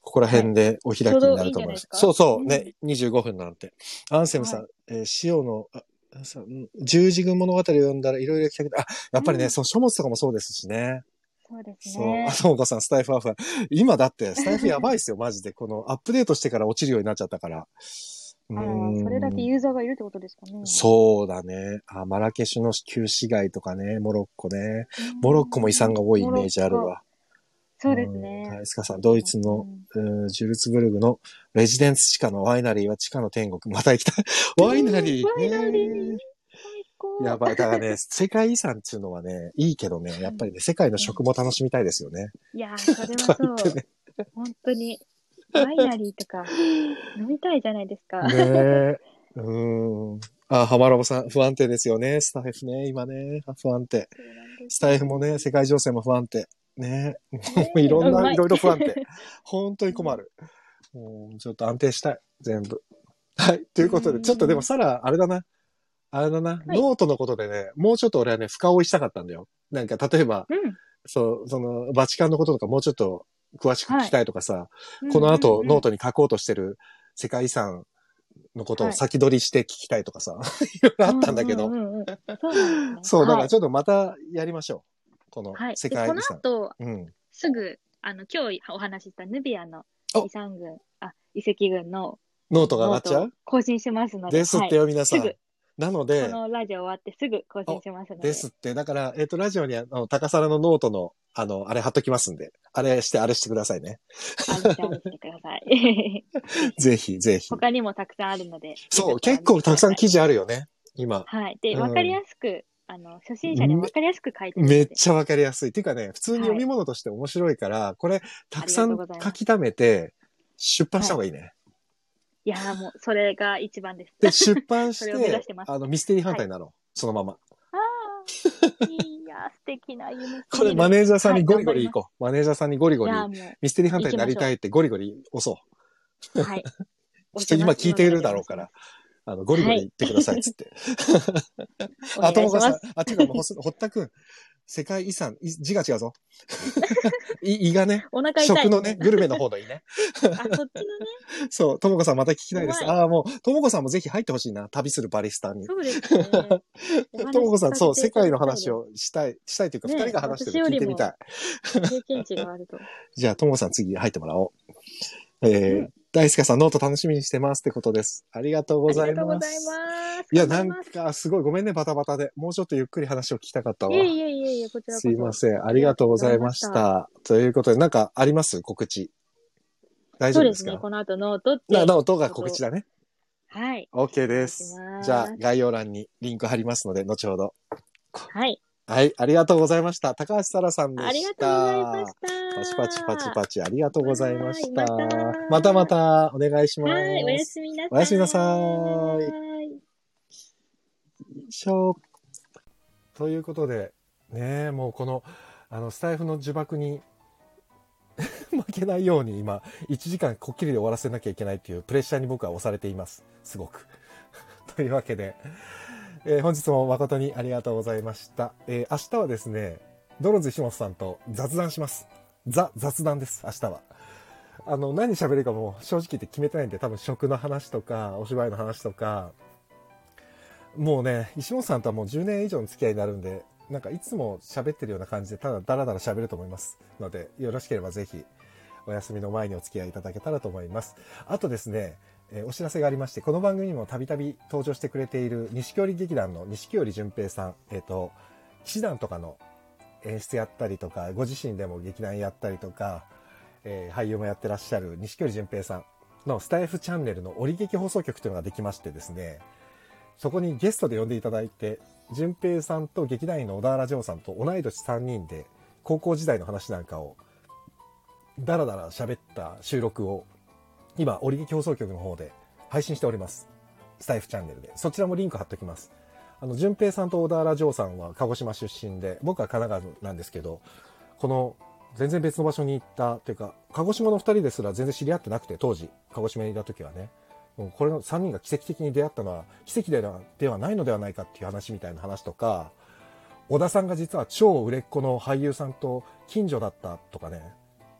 Speaker 1: ここら辺でお開きになると思います。
Speaker 2: ち
Speaker 1: そ
Speaker 2: ょ
Speaker 1: う
Speaker 2: う
Speaker 1: そ
Speaker 2: ど
Speaker 1: う、
Speaker 2: いいんじゃないで
Speaker 1: ね、25分なんて。アンセムさん、
Speaker 2: は
Speaker 1: えー塩の、あさん十字軍物語を読んだらいろいろ聞かれて、あ、やっぱりね、
Speaker 2: うん
Speaker 1: その書物とかもそうですしね。
Speaker 2: そうです
Speaker 1: そう。
Speaker 2: ね
Speaker 1: あ。ともこさん、スタイフアファ。今だって、スタイフやばいですよ、マジで。このアップデートしてから落ちるようになっちゃったから。う
Speaker 2: あ
Speaker 1: ー
Speaker 2: ー
Speaker 1: ん
Speaker 2: それだけユーザーがいるってことですかね。
Speaker 1: そうだね。あ、マラケシュの旧市街とかね、モロッコね。
Speaker 2: うん
Speaker 1: モロッコも遺産が多いイメージあるわ。
Speaker 2: そうです
Speaker 1: うんは
Speaker 2: ね
Speaker 1: い、。スカさん、ドイツの、うんジュルツブルグのレジデンス地下のワイナリーは地下の天国。また行きたい。ワイナリー。
Speaker 2: ワイナリー
Speaker 1: ね
Speaker 2: 高。
Speaker 1: やばい。だからね、世界遺産っていうのはね、いいけどね、やっぱりね、世界の食も楽しみたいですよね。
Speaker 2: いやー、それはそう。本当に。ワイナリーとか飲みたいじゃないですか。
Speaker 1: ねえ。うん。あ、浜ラボさん、不安定ですよね。スタイフね、今ね、不安定。
Speaker 2: そうなんです
Speaker 1: スタイフもね、世界情勢も不安定。ねえ。もういろん
Speaker 2: うま
Speaker 1: な、
Speaker 2: い
Speaker 1: いろいろ不安定。本当に困る。もうちょっと安定したい。全部。はい。ということ
Speaker 2: う
Speaker 1: で、
Speaker 2: ん
Speaker 1: ちょっとでも、サラ、あれだな。あれだな。
Speaker 2: はい
Speaker 1: ノートのことでね、もうちょっと俺はね、深追いしたかったんだよ。なんか、例えば、
Speaker 2: うん
Speaker 1: そう、その、バチカンのこととかもうちょっと詳しく聞きたいとかさ、
Speaker 2: うん。
Speaker 1: この後ノー
Speaker 2: ト。
Speaker 1: トに書こうとしてる世界遺産のこと
Speaker 2: は
Speaker 1: を
Speaker 2: い
Speaker 1: 先取りして聞きたいとかさ、 いろいろあったんだけど、
Speaker 2: ううんうんうんそうなんですね
Speaker 1: そう、だか
Speaker 2: は
Speaker 1: ら
Speaker 2: い
Speaker 1: ちょっとまたやりましょう。この
Speaker 2: はい。
Speaker 1: 世
Speaker 2: で
Speaker 1: 界
Speaker 2: こ
Speaker 1: 遺
Speaker 2: の
Speaker 1: 産。
Speaker 2: 後、
Speaker 1: うん。
Speaker 2: すぐ、あの、今日お話ししたヌビアの
Speaker 1: お
Speaker 2: 遺産群、あ、遺跡群の
Speaker 1: ノートが上が
Speaker 2: ノ
Speaker 1: っ
Speaker 2: ー
Speaker 1: ち
Speaker 2: ト
Speaker 1: ゃ
Speaker 2: を
Speaker 1: う
Speaker 2: 更新しますので、
Speaker 1: ですってよ、皆さ
Speaker 2: す
Speaker 1: ん
Speaker 2: ぐ。
Speaker 1: なの
Speaker 2: はい、
Speaker 1: で
Speaker 2: こ、のラジオ終わってすぐ更新しますので。
Speaker 1: ですって、だから、えっ、と、ラジオにあの、高皿のノートの、あの、あれ貼っときますんで、あれして、あれしてくださいね。
Speaker 2: あれしてあれしてください。
Speaker 1: ぜひ、ぜひ。
Speaker 2: 他にもたくさんあるので。
Speaker 1: そう、結構たくさん記
Speaker 2: 事。
Speaker 1: 事あるよね、今。
Speaker 2: はい。で、
Speaker 1: うん
Speaker 2: わかりやすく、あの、初心者でもわかりやすく書いてるので
Speaker 1: めっちゃわかりやすい。っていうかね、普通に読み物として面白いから、これ、たくさ
Speaker 2: あり
Speaker 1: ん
Speaker 2: がとうございます
Speaker 1: 書き溜めて、出版した方がいいね。
Speaker 2: いやーもう、それが一 番です。
Speaker 1: で、出版し
Speaker 2: それを目
Speaker 1: て
Speaker 2: 指してます
Speaker 1: あの、ミステリーハンターになろう。そのまま。
Speaker 2: ああ、いやー、素敵な夢。
Speaker 1: これ、マネージャーさんに
Speaker 2: はい
Speaker 1: ゴリゴリ行こう。マネージャーさんにゴリゴ
Speaker 2: い
Speaker 1: リ、
Speaker 2: やーも、
Speaker 1: ミステリーハンターになりたいってゴリゴリ押そう
Speaker 2: はい。
Speaker 1: う。ちょっと今聞いてるだろうから。あの、ゴリゴリ言ってください、つっ て。
Speaker 2: お
Speaker 1: あ、と
Speaker 2: 願い
Speaker 1: もか
Speaker 2: しま
Speaker 1: さん
Speaker 2: す。、
Speaker 1: あ、ていうかもうほす、ほったくん、世界遺産、い字が違う ぞ。い胃がね、
Speaker 2: お腹痛い。
Speaker 1: 食のね、グルメの方の胃ね。
Speaker 2: あ、そっちのね。
Speaker 1: そう、ともこさんまた聞きたいです。
Speaker 2: うまい
Speaker 1: ああ、もう、ともこさんもぜひ入ってほしいな。旅するバリスタに。
Speaker 2: そうですね。お 話
Speaker 1: ともこさん、そう、
Speaker 2: 聞か
Speaker 1: 世
Speaker 2: せていただ
Speaker 1: 界
Speaker 2: きたいです
Speaker 1: の話。をしたい、したいというか、二、
Speaker 2: ね
Speaker 1: 人が話して
Speaker 2: 私
Speaker 1: る
Speaker 2: よ
Speaker 1: の聞い
Speaker 2: り
Speaker 1: て
Speaker 2: も
Speaker 1: みたい。
Speaker 2: 経験値があると。
Speaker 1: じゃあ、ともこさん次入ってもらおう。えー
Speaker 2: うん
Speaker 1: 大輔さん、ノート楽しみにしてますってことです。ありがとうござ
Speaker 2: あ
Speaker 1: い
Speaker 2: りがとうご
Speaker 1: ま
Speaker 2: ざい
Speaker 1: す。
Speaker 2: ます。
Speaker 1: いや、な
Speaker 2: 頑張り
Speaker 1: ん
Speaker 2: ます
Speaker 1: か、すごい、ごめんね、バタバタで。もうちょっとゆっくり話を聞きたかったわ。
Speaker 2: いえいえいえいえ、こちらこ
Speaker 1: す
Speaker 2: そ。
Speaker 1: いません。ありがとうございました。ということで、なんかあります告知。大丈
Speaker 2: そ
Speaker 1: 夫
Speaker 2: うで
Speaker 1: ですす
Speaker 2: ね、
Speaker 1: か
Speaker 2: この後ノートって。
Speaker 1: な、なお、動画告知だね。
Speaker 2: はい。
Speaker 1: OK で
Speaker 2: お
Speaker 1: す
Speaker 2: 願いしま。す
Speaker 1: じゃあ、概要欄にリンク貼りますので、後ほど。
Speaker 2: はい。
Speaker 1: はい、ありがとうございました。高橋沙羅さんでした。
Speaker 2: ありがとうございました。
Speaker 1: パチパチパチパチ、ありがとうございました。
Speaker 2: は
Speaker 1: ま
Speaker 2: い
Speaker 1: たま
Speaker 2: ま
Speaker 1: た
Speaker 2: た
Speaker 1: お願いします。
Speaker 2: はい、おやすみなさい。
Speaker 1: おやすみなさい
Speaker 2: はい。
Speaker 1: しょということで、ねえ、もうこの、あの、スタイフの呪縛に負けないように今、1時間こっきりで終わらせなきゃいけないというプレッシャーに僕は押されています。すごく。 というわけで、えー本日も誠にありがとうございました。えー明日はですね、ドロンズ石本さんと雑談します。ザ、雑談です、明日は。あの、何喋るかも正直言って決めてないんで、多分食の話とか、お芝居の話とか、もうね、石本さんとはもう10年以上の付き合いになるんで、なんかいつも喋ってるような感じで、ただダラダラ喋ると思いますので、よろしければぜひ、お休みの前にお付き合いいただけたらと思います。あとですね、えーお知らせがありまして、この番組にもたびたび登場してくれている、錦織劇団の錦織淳平さん、えっ、と、騎士団とかの演出やったりとか、ご自身でも劇団やったりとか、えー俳優もやってらっしゃる錦織淳平さんのスタイフチャンネルの折劇放送局というのができましてですね、そこにゲストで呼んでいただいて、淳平さんと劇団員の小田原城さんと同い年3人で、高校時代の話なんかを、だらだら喋った収録を、今、折劇放送局の方で配信しております。スタイフチャンネルで。そちらもリンク貼っときます。あの、淳平さんと小田原城さんは鹿児島出身で、僕は神奈川なんですけど、この、全然別の場所に行ったというか、鹿児島の2人ですら全然知り合ってなくて、当時、鹿児島にいた時はね。もうこれの3人が奇跡的に出会ったのは奇跡ではではないのではないかっていう話みたいな話とか小田さんが実は超売れっ子の俳優さんと近所だったとかね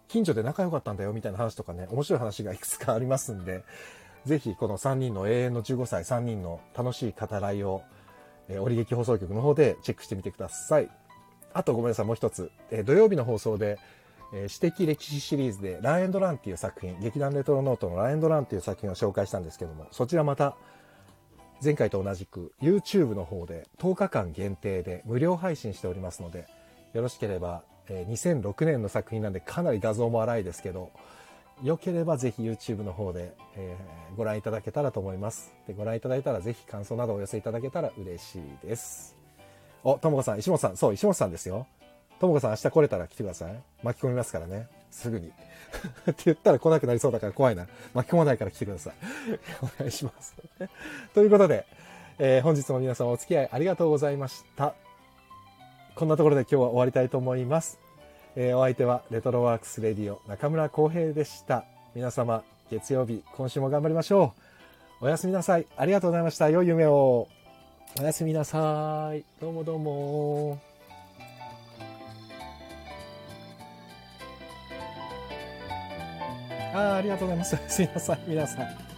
Speaker 1: 近所で仲良かったんだよみたいな話とかね面白い話がいくつかありますんでぜひこの3人の永遠の15歳3人の楽しい語らいを、えー、折劇放送局の方でチェックしてみてくださいあとごめんなさいもう一つ、えー土曜日の放送でえー、私的歴史シリーズで「ランエンドラン」っていう作品劇団レトロノートの「ランエンドラン」っていう作品を紹介したんですけどもそちらまた前回と同じく YouTube の方で10日間限定で無料配信しておりますのでよろしければ、えー2006年の作品なんでかなり画像も荒いですけどよければぜひ YouTube の方で、えーご覧いただけたらと思います。で、ご覧いただいたらぜひ感想などお寄せいただけたら嬉しいです。お、ともこさん、石本さん、そう、石本さんですよ。ともこさん、明日来れたら来てください。巻き込みますからね。すぐに。 って言ったら来なくなりそうだから怖いな。巻き込まないから来てください。 お願いします。 ということで、えー本日も皆様お付き合いありがとうございました。こんなところで今日は終わりたいと思います。えーお相手はレトロワークスレディオ中村浩平でした。皆様、月曜日、今週も頑張りましょう。おやすみなさい。ありがとうございました。良い夢を。おやすみなさい。どうもどうも。 あーありがとうございます。すいません、皆さん。